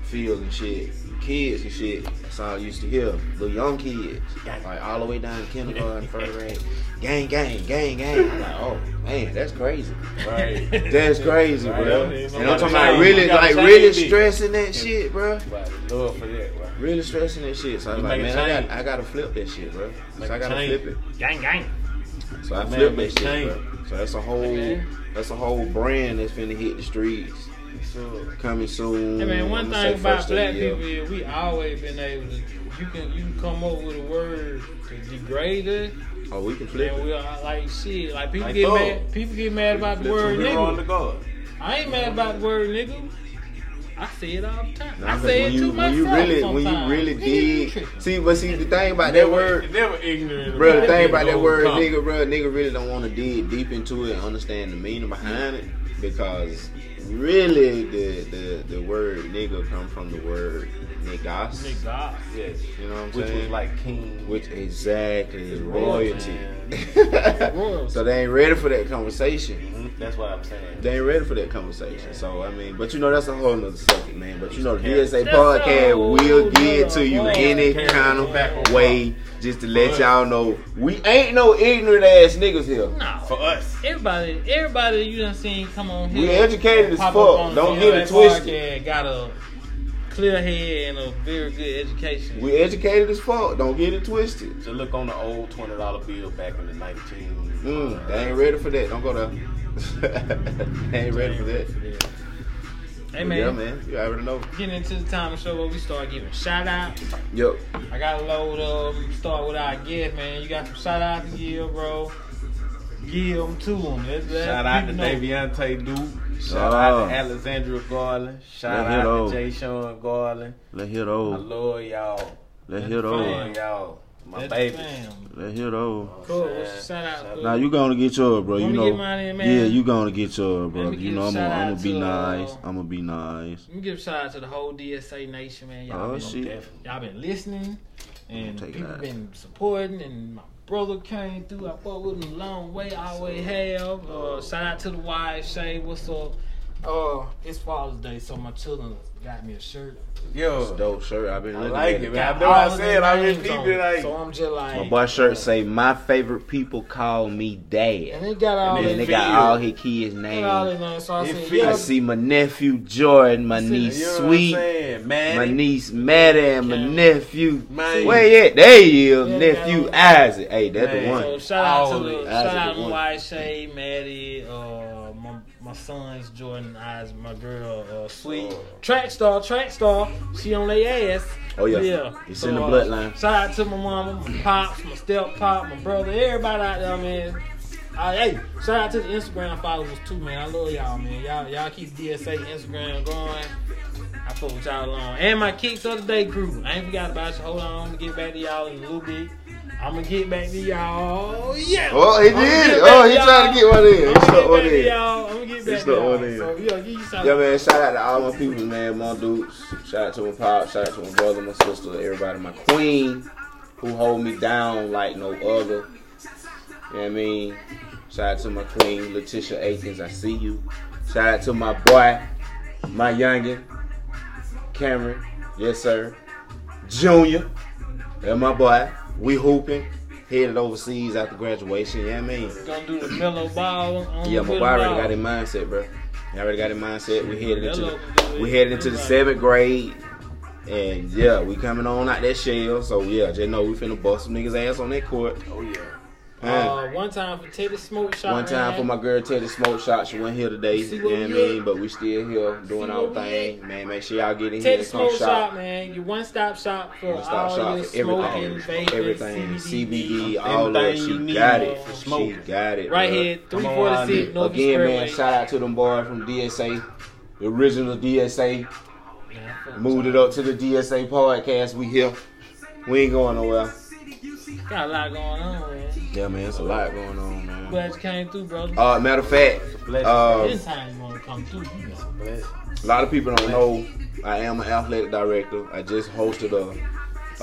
[SPEAKER 2] field and shit, kids and shit, that's all I used to hear. The young kids, like all the way down to kindergarten, first grade, gang, gang, gang, gang. I'm like, oh man, that's crazy.
[SPEAKER 3] Right.
[SPEAKER 2] That's crazy,
[SPEAKER 3] Right.
[SPEAKER 2] bro.
[SPEAKER 3] Yeah,
[SPEAKER 2] And
[SPEAKER 3] it's
[SPEAKER 2] I'm
[SPEAKER 3] gotta
[SPEAKER 2] talking about
[SPEAKER 3] change.
[SPEAKER 2] really,
[SPEAKER 3] You gotta
[SPEAKER 2] like
[SPEAKER 3] change
[SPEAKER 2] really
[SPEAKER 3] it.
[SPEAKER 2] stressing that shit, bro.
[SPEAKER 3] Right. Love for that. Right.
[SPEAKER 2] Really stressing that shit. So I was
[SPEAKER 3] You
[SPEAKER 2] like,
[SPEAKER 3] make
[SPEAKER 2] man,
[SPEAKER 3] a
[SPEAKER 2] I
[SPEAKER 3] change.
[SPEAKER 2] got, I gotta flip that shit, bro.
[SPEAKER 3] Make
[SPEAKER 2] so I
[SPEAKER 3] a
[SPEAKER 2] gotta
[SPEAKER 3] change.
[SPEAKER 2] flip
[SPEAKER 1] Gang, gang.
[SPEAKER 2] it. So I
[SPEAKER 3] Man,
[SPEAKER 2] flip that
[SPEAKER 3] make a
[SPEAKER 2] shit,
[SPEAKER 3] change.
[SPEAKER 2] bro. So that's a whole, that's a whole brand that's finna hit the streets
[SPEAKER 3] Yes, sir.
[SPEAKER 2] coming soon.
[SPEAKER 1] Hey man, one
[SPEAKER 2] I'ma
[SPEAKER 1] thing
[SPEAKER 2] say
[SPEAKER 1] about
[SPEAKER 2] first of the
[SPEAKER 1] black
[SPEAKER 2] year.
[SPEAKER 1] people is we always been able to. You can you can come up with a word to degrade us,
[SPEAKER 2] oh, we can flip
[SPEAKER 1] and
[SPEAKER 2] it.
[SPEAKER 1] we are like shit. Like people
[SPEAKER 3] Like
[SPEAKER 1] get
[SPEAKER 3] thug.
[SPEAKER 1] mad. People get mad about the
[SPEAKER 2] Flip
[SPEAKER 1] word
[SPEAKER 2] to
[SPEAKER 3] We're on the
[SPEAKER 1] nigga.
[SPEAKER 3] guard.
[SPEAKER 1] I ain't mad about the word nigga. I say it all the time.
[SPEAKER 2] Nah,
[SPEAKER 1] I
[SPEAKER 2] 'cause
[SPEAKER 1] say it
[SPEAKER 2] when you,
[SPEAKER 1] to
[SPEAKER 2] when
[SPEAKER 1] myself
[SPEAKER 2] you really, when you
[SPEAKER 1] sometimes.
[SPEAKER 2] really
[SPEAKER 1] Nigga, you
[SPEAKER 2] dig,
[SPEAKER 1] tripping.
[SPEAKER 2] see, but see the thing about that word,
[SPEAKER 4] Never ignorant.
[SPEAKER 2] Bro, the
[SPEAKER 4] about
[SPEAKER 2] thing about that
[SPEAKER 4] those
[SPEAKER 2] word
[SPEAKER 4] comments.
[SPEAKER 2] nigga, bro, nigga really don't want to dig deep into it and understand the meaning behind it because really the the, the word nigga come from the word niggas.
[SPEAKER 1] Nigga, I-
[SPEAKER 3] Yes.
[SPEAKER 2] You know what I'm
[SPEAKER 3] Which
[SPEAKER 2] saying?
[SPEAKER 3] was like king.
[SPEAKER 2] Which exactly is royalty.
[SPEAKER 1] royalty. Royalty.
[SPEAKER 2] so they ain't ready for that conversation.
[SPEAKER 3] Mhm, That's what I'm saying.
[SPEAKER 2] They ain't ready for that conversation. So I mean, but you know that's a whole nother subject, man. But you know the
[SPEAKER 3] That's
[SPEAKER 2] DSA
[SPEAKER 1] a
[SPEAKER 2] podcast
[SPEAKER 1] whole
[SPEAKER 2] will get to
[SPEAKER 1] nother
[SPEAKER 2] you
[SPEAKER 1] podcast.
[SPEAKER 2] any kind of way. Just to let y'all know, we ain't no ignorant ass niggas here.
[SPEAKER 1] No.
[SPEAKER 3] for us.
[SPEAKER 1] Everybody, everybody you done seen come on here.
[SPEAKER 2] We educated as
[SPEAKER 1] pop
[SPEAKER 2] fuck.
[SPEAKER 1] up on
[SPEAKER 2] Don't
[SPEAKER 1] the
[SPEAKER 2] get it
[SPEAKER 1] CLA
[SPEAKER 2] twisted.
[SPEAKER 1] podcast, Got a clear head and a very good education.
[SPEAKER 2] We educated as fuck. Don't get it twisted.
[SPEAKER 3] So look on the old twenty dollar bill back in the nineteen.
[SPEAKER 2] Mm, they ain't ready for that. Don't go there. they ain't ready for that.
[SPEAKER 1] Hey
[SPEAKER 2] But
[SPEAKER 1] man,
[SPEAKER 2] Yeah, man. You already know.
[SPEAKER 1] getting into the time of show where we start giving shout outs.
[SPEAKER 2] Yup.
[SPEAKER 1] I got a load of 'em. Start with our gift, man. You got some shout outs to give, bro. Give them to them. That's, that's
[SPEAKER 4] Shout out to Daviante Duke. Shout
[SPEAKER 2] Oh.
[SPEAKER 4] out to Alexandra Garland. Shout
[SPEAKER 2] Let it
[SPEAKER 4] out
[SPEAKER 2] old.
[SPEAKER 4] to Jay Sean Garland.
[SPEAKER 2] Let hit
[SPEAKER 4] I
[SPEAKER 2] old.
[SPEAKER 4] love y'all.
[SPEAKER 2] Let
[SPEAKER 1] hit
[SPEAKER 3] I
[SPEAKER 1] old.
[SPEAKER 3] love y'all. My
[SPEAKER 1] That's
[SPEAKER 3] baby.
[SPEAKER 1] fam.
[SPEAKER 2] Let hit old.
[SPEAKER 1] Cool. What's your shout out?
[SPEAKER 3] Shout
[SPEAKER 1] bro?
[SPEAKER 2] Now you gonna get yours, bro.
[SPEAKER 1] Want
[SPEAKER 2] You
[SPEAKER 1] me to
[SPEAKER 2] know,
[SPEAKER 1] get mine in, man?
[SPEAKER 2] yeah, you gonna get yours, bro.
[SPEAKER 1] Let me
[SPEAKER 2] You
[SPEAKER 1] give
[SPEAKER 2] know,
[SPEAKER 1] a
[SPEAKER 2] I'm gonna,
[SPEAKER 1] shout
[SPEAKER 2] I'm
[SPEAKER 1] out
[SPEAKER 2] gonna be
[SPEAKER 1] to, uh,
[SPEAKER 2] nice. I'm gonna be nice.
[SPEAKER 1] Let me give a shout out to the whole DSA Nation, man. Y'all,
[SPEAKER 2] Oh
[SPEAKER 1] been,
[SPEAKER 2] shit!
[SPEAKER 1] y'all been listening and
[SPEAKER 2] take
[SPEAKER 1] people
[SPEAKER 2] that.
[SPEAKER 1] been supporting, and my brother came through. I fought with him a long way. I always have. Uh, shout out to the wife, Shay. What's up? Uh, it's Father's Day, so my children got me a shirt.
[SPEAKER 4] Yo,
[SPEAKER 2] Dope shirt. I've been
[SPEAKER 4] I
[SPEAKER 2] looking
[SPEAKER 4] like
[SPEAKER 2] at
[SPEAKER 4] it,
[SPEAKER 2] it.
[SPEAKER 4] man. I
[SPEAKER 1] Got
[SPEAKER 4] know I
[SPEAKER 1] all of
[SPEAKER 4] said
[SPEAKER 1] their
[SPEAKER 4] I've been
[SPEAKER 1] names on
[SPEAKER 4] peeping
[SPEAKER 1] it.
[SPEAKER 4] like.
[SPEAKER 1] So I'm just like,
[SPEAKER 2] My boy shirt say my favorite people call me
[SPEAKER 1] and
[SPEAKER 2] dad.
[SPEAKER 1] they got all
[SPEAKER 2] And
[SPEAKER 1] their
[SPEAKER 2] then they got
[SPEAKER 1] names.
[SPEAKER 2] all his kids'
[SPEAKER 1] They got all
[SPEAKER 2] names.
[SPEAKER 1] their names. So I
[SPEAKER 4] It
[SPEAKER 1] said,
[SPEAKER 4] feels-
[SPEAKER 2] I
[SPEAKER 1] yeah,
[SPEAKER 2] see my nephew Jordan, my
[SPEAKER 4] You know
[SPEAKER 2] niece
[SPEAKER 4] what I'm
[SPEAKER 2] Sweet,
[SPEAKER 4] saying?
[SPEAKER 2] my
[SPEAKER 4] Man,
[SPEAKER 2] niece Maddie, and my
[SPEAKER 1] Yeah.
[SPEAKER 2] nephew.
[SPEAKER 4] Man.
[SPEAKER 2] Where he at? There he is,
[SPEAKER 1] Yeah,
[SPEAKER 2] nephew
[SPEAKER 1] yeah.
[SPEAKER 2] Isaac. Hey, that's the
[SPEAKER 4] Man.
[SPEAKER 1] So
[SPEAKER 2] one.
[SPEAKER 1] shout out to
[SPEAKER 4] All
[SPEAKER 1] the,
[SPEAKER 4] of it.
[SPEAKER 1] shout out
[SPEAKER 2] Isaac
[SPEAKER 1] to
[SPEAKER 2] won.
[SPEAKER 1] Wise Shay, Maddie, uh, my, my sons Jordan, eyes, my girl uh, Sweet, track star, track star. She on their ass.
[SPEAKER 2] Oh, yeah. It's in the
[SPEAKER 1] uh,
[SPEAKER 2] bloodline.
[SPEAKER 1] shout out to my mama, my pops, my step pop, my brother, everybody out there, man. Uh, hey, shout out to the Instagram followers too, man. I love y'all, man. Y'all, y'all keep DSA Instagram going. I fuck with y'all along. And my kicks of the day group. I ain't forgot about you. Hold on, I'm gonna get back to y'all in a little bit. I'm gonna get back to y'all. Yeah.
[SPEAKER 2] Oh, he
[SPEAKER 1] I'ma
[SPEAKER 2] did
[SPEAKER 1] get
[SPEAKER 2] it. Oh,
[SPEAKER 1] back
[SPEAKER 2] he trying to get one in. He stuck one in.
[SPEAKER 1] y'all. I'm gonna get back to
[SPEAKER 2] stuck
[SPEAKER 1] y'all. I'm
[SPEAKER 2] one
[SPEAKER 1] gonna get
[SPEAKER 2] in.
[SPEAKER 1] back to y'all. So, yo, give you something.
[SPEAKER 2] Yeah, man. Shout out to all my people, man. My dudes. Shout out to my pop. Shout out to my brother, my sister, everybody. My queen, who hold me down like no other. You know what I mean? Shout out to my queen, Letitia Akins. I see you. Shout out to my boy, my youngin, Cameron. Yes, sir. Junior. And my boy. We hooping. Headed overseas after graduation. You know what I mean?
[SPEAKER 1] Gonna do the mellow ball. On
[SPEAKER 2] Yeah,
[SPEAKER 1] the
[SPEAKER 2] my boy
[SPEAKER 1] mellow
[SPEAKER 2] already
[SPEAKER 1] ball.
[SPEAKER 2] got his mindset, bro. He already got his mindset. We headed into the,
[SPEAKER 1] Hello.
[SPEAKER 2] we headed into the seventh grade, and yeah, we coming on out that shell. So yeah, just know we finna bust some niggas ass on that court.
[SPEAKER 3] Oh yeah.
[SPEAKER 2] Man,
[SPEAKER 1] Uh, one time for Teddy Smoke Shop.
[SPEAKER 2] one time
[SPEAKER 1] man.
[SPEAKER 2] for my girl Teddy Smoke Shot, she wasn't here today.
[SPEAKER 1] See
[SPEAKER 2] You know
[SPEAKER 1] where
[SPEAKER 2] what I
[SPEAKER 1] we
[SPEAKER 2] mean?
[SPEAKER 1] at?
[SPEAKER 2] But we still here doing
[SPEAKER 1] See
[SPEAKER 2] our
[SPEAKER 1] where we
[SPEAKER 2] thing, man. Make sure y'all get in here
[SPEAKER 1] Teddy
[SPEAKER 2] and come
[SPEAKER 1] Smoke Shop,
[SPEAKER 2] shop.
[SPEAKER 1] man. Your one stop shop for
[SPEAKER 2] Stop
[SPEAKER 1] all
[SPEAKER 2] shop
[SPEAKER 1] your
[SPEAKER 2] for everything,
[SPEAKER 1] smoking, vaping,
[SPEAKER 2] everything, CBD,
[SPEAKER 1] CBD.
[SPEAKER 2] all that.
[SPEAKER 4] Everything you
[SPEAKER 2] She
[SPEAKER 4] need
[SPEAKER 2] got it.
[SPEAKER 1] for
[SPEAKER 2] She
[SPEAKER 4] smoking.
[SPEAKER 2] got it.
[SPEAKER 1] Right
[SPEAKER 2] bro.
[SPEAKER 1] here,
[SPEAKER 4] Come on, I'll do
[SPEAKER 1] 346
[SPEAKER 4] it.
[SPEAKER 1] North
[SPEAKER 2] Again, man,
[SPEAKER 1] Expressway.
[SPEAKER 2] shout out to them boys from DSA, the original DSA.
[SPEAKER 1] Man, I fuck
[SPEAKER 2] Moved it up to the DSA podcast. We here. We ain't going nowhere.
[SPEAKER 1] with- Got a lot going on, man.
[SPEAKER 2] Yeah, man, it's a lot going on, man.
[SPEAKER 1] Glad you came through, bro.
[SPEAKER 2] Uh, matter of fact, um,
[SPEAKER 1] this time you wanna come through. You know.
[SPEAKER 2] a lot of people don't know I am an athletic director. I just hosted a,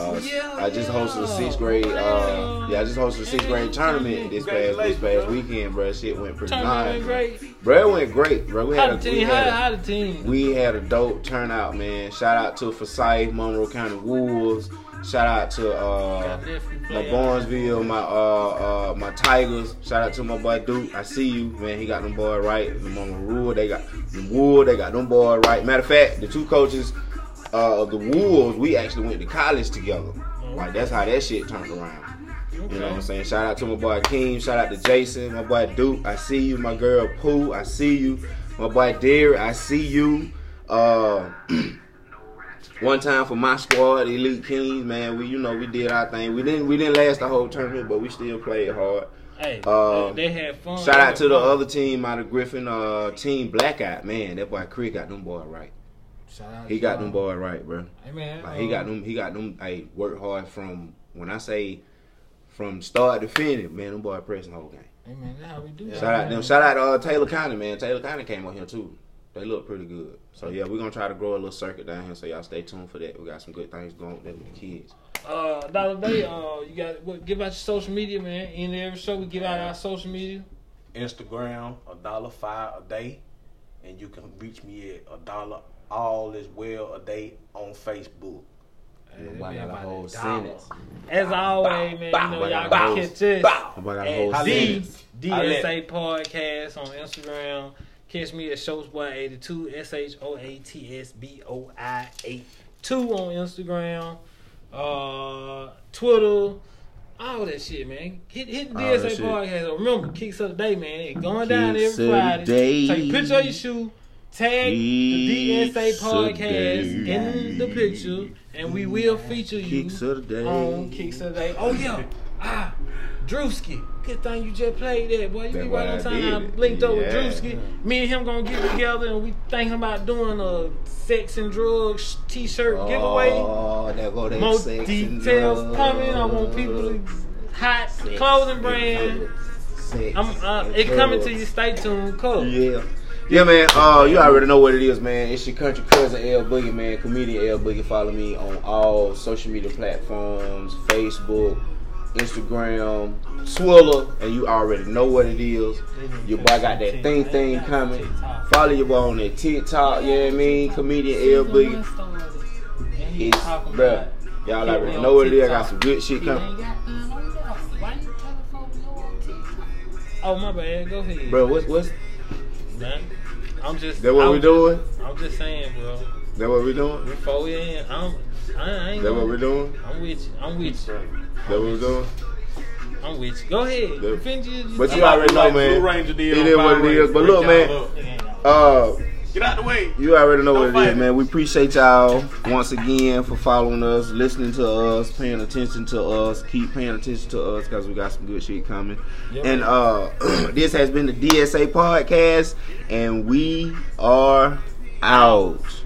[SPEAKER 2] uh, I just hosted a sixth grade, uh, yeah, I just hosted a sixth grade tournament this past this past weekend, bro. Shit went pretty
[SPEAKER 1] Tournament
[SPEAKER 2] nice.
[SPEAKER 1] went great.
[SPEAKER 2] Bro, it went great, bro. We
[SPEAKER 1] How
[SPEAKER 2] had
[SPEAKER 1] the
[SPEAKER 2] a, we
[SPEAKER 1] team?
[SPEAKER 2] had
[SPEAKER 1] How,
[SPEAKER 2] a
[SPEAKER 1] how the team?
[SPEAKER 2] We had a dope turnout, man. Shout out to Forsyth, Monroe County Wolves. Shout out to uh,
[SPEAKER 1] Got nephew
[SPEAKER 2] my
[SPEAKER 1] playing.
[SPEAKER 2] Barnesville, my uh, uh, my Tigers. Shout out to my boy Duke. I see you, man. He got them boy right. The Monroe Rule, they got the Wool, they got them boy right. Matter of fact, the two coaches uh, of the Wolves, we actually went to college together. Like that's how that shit turned around. You know what I'm saying? Shout out to my boy Keem. Shout out to Jason. My boy Duke. I see you. My girl Pooh. I see you. My boy Derry. I see you. Uh, one time for my squad, Elite Kings, man. We you know we did our thing. We didn't we didn't last the whole tournament, but we still played hard.
[SPEAKER 1] Hey,
[SPEAKER 2] Uh,
[SPEAKER 1] they had fun.
[SPEAKER 2] Shout
[SPEAKER 1] They
[SPEAKER 2] out
[SPEAKER 1] had
[SPEAKER 2] to the
[SPEAKER 1] fun.
[SPEAKER 2] other team out of Griffin, uh, team Blackout. Man, that boy Craig got them boy right.
[SPEAKER 1] Shout out
[SPEAKER 2] He
[SPEAKER 1] to
[SPEAKER 2] got
[SPEAKER 1] y'all.
[SPEAKER 2] them boy right, bro.
[SPEAKER 1] Hey, man, uh,
[SPEAKER 2] Like he got them, he got them. Hey, work hard from when I say from start to finish, man. Them boy pressing the whole game.
[SPEAKER 1] Hey, man, that's how we do.
[SPEAKER 2] Shout out them. Shout out uh, Taylor County, man. Taylor County came on here too. They look pretty good. So yeah, we're gonna try to grow a little circuit down here. So y'all stay tuned for that. We got some good things going on there with the kids.
[SPEAKER 1] Uh, Dollar Day, uh, you got what, give out your social media, man. End of every show, we give out our social media.
[SPEAKER 3] Instagram, a dollar five a day, and you can reach me at a dollar all is well a day on Facebook.
[SPEAKER 2] Hey, boy,
[SPEAKER 1] we
[SPEAKER 2] got a
[SPEAKER 1] about
[SPEAKER 2] whole
[SPEAKER 1] that
[SPEAKER 2] sentence.
[SPEAKER 1] As always, man, you know
[SPEAKER 2] bow,
[SPEAKER 1] y'all
[SPEAKER 2] bow,
[SPEAKER 1] can catch us
[SPEAKER 3] bow.
[SPEAKER 2] My boy Oh, got a whole
[SPEAKER 1] at the
[SPEAKER 2] sentence.
[SPEAKER 1] DSA Podcast on Instagram. Catch me at Showsboy82, S H O A T S B O I 8 2 on Instagram, uh, Twitter, all that shit, man. Hit, hit the
[SPEAKER 2] All that
[SPEAKER 1] DSA
[SPEAKER 2] shit.
[SPEAKER 1] Podcast. Remember, Kicks of the Day, man. It going down
[SPEAKER 2] Kicks
[SPEAKER 1] every
[SPEAKER 2] of the
[SPEAKER 1] Friday.
[SPEAKER 2] Day.
[SPEAKER 1] Take a picture of your shoe. Tag the
[SPEAKER 2] Kicks
[SPEAKER 1] DSA
[SPEAKER 2] of the
[SPEAKER 1] Podcast
[SPEAKER 2] Day.
[SPEAKER 1] in the picture, and we will feature you
[SPEAKER 2] Kicks of the Day.
[SPEAKER 1] on Kicks of the Day. Oh, yeah. Ah. Drewski. Good thing you just played that, boy. You
[SPEAKER 2] That
[SPEAKER 1] be
[SPEAKER 2] boy
[SPEAKER 1] right on
[SPEAKER 2] I
[SPEAKER 1] time.
[SPEAKER 2] did
[SPEAKER 1] I
[SPEAKER 2] it.
[SPEAKER 1] linked up with
[SPEAKER 2] Yeah.
[SPEAKER 1] Drewski. Me and him gonna get together and we thinking about doing a sex and drugs t shirt giveaway.
[SPEAKER 2] Oh, there go that
[SPEAKER 1] More
[SPEAKER 2] sex and
[SPEAKER 1] details
[SPEAKER 2] drugs.
[SPEAKER 1] coming. I want people to hot clothing brand.
[SPEAKER 2] Sex
[SPEAKER 1] I'm uh,
[SPEAKER 2] and
[SPEAKER 1] it coming to
[SPEAKER 2] drugs.
[SPEAKER 1] you. Stay tuned, cool.
[SPEAKER 2] Yeah. Yeah, man. Uh, you already know what it is, man. It's your country cousin L Boogie, man. Comedian L Boogie. Follow me on all social media platforms: Facebook, Instagram, Twiller, and you already know what it is. Your boy got that thing thing coming. Follow your boy on that TikTok, you know what I mean? Comedian L Boogie. It's, bruh, y'all already know what it is. I got some good shit coming.
[SPEAKER 1] Oh my bad, go ahead.
[SPEAKER 2] Bro, what's, what's
[SPEAKER 1] Man, I'm just.
[SPEAKER 2] that what
[SPEAKER 1] I'm
[SPEAKER 2] we doing?
[SPEAKER 1] I'm just saying, bro.
[SPEAKER 2] That what we doing?
[SPEAKER 1] We four in. I'm. I, I ain't.
[SPEAKER 2] That what
[SPEAKER 1] gonna-
[SPEAKER 2] we doing?
[SPEAKER 1] I'm with you. I'm with you.
[SPEAKER 2] That what we doing?
[SPEAKER 1] I'm with you. Go ahead.
[SPEAKER 2] That-
[SPEAKER 1] Defend you. you-
[SPEAKER 2] But you already know,
[SPEAKER 4] Like Blue
[SPEAKER 2] man.
[SPEAKER 4] Ranger
[SPEAKER 2] It
[SPEAKER 4] did
[SPEAKER 2] is
[SPEAKER 4] on
[SPEAKER 2] what it
[SPEAKER 4] Power
[SPEAKER 2] is. But
[SPEAKER 4] Rangers.
[SPEAKER 2] look,
[SPEAKER 4] Break
[SPEAKER 2] man.
[SPEAKER 4] y'all up.
[SPEAKER 1] It ain't out.
[SPEAKER 2] Uh,
[SPEAKER 4] Get out the way.
[SPEAKER 2] You already know what
[SPEAKER 4] Don't
[SPEAKER 2] it is,
[SPEAKER 4] fight.
[SPEAKER 2] man. We appreciate y'all once again for following us, listening to us, paying attention to us. Keep paying attention to us because we got some good shit coming.
[SPEAKER 1] Yep.
[SPEAKER 2] And uh, this has been the DSA podcast, and we are out.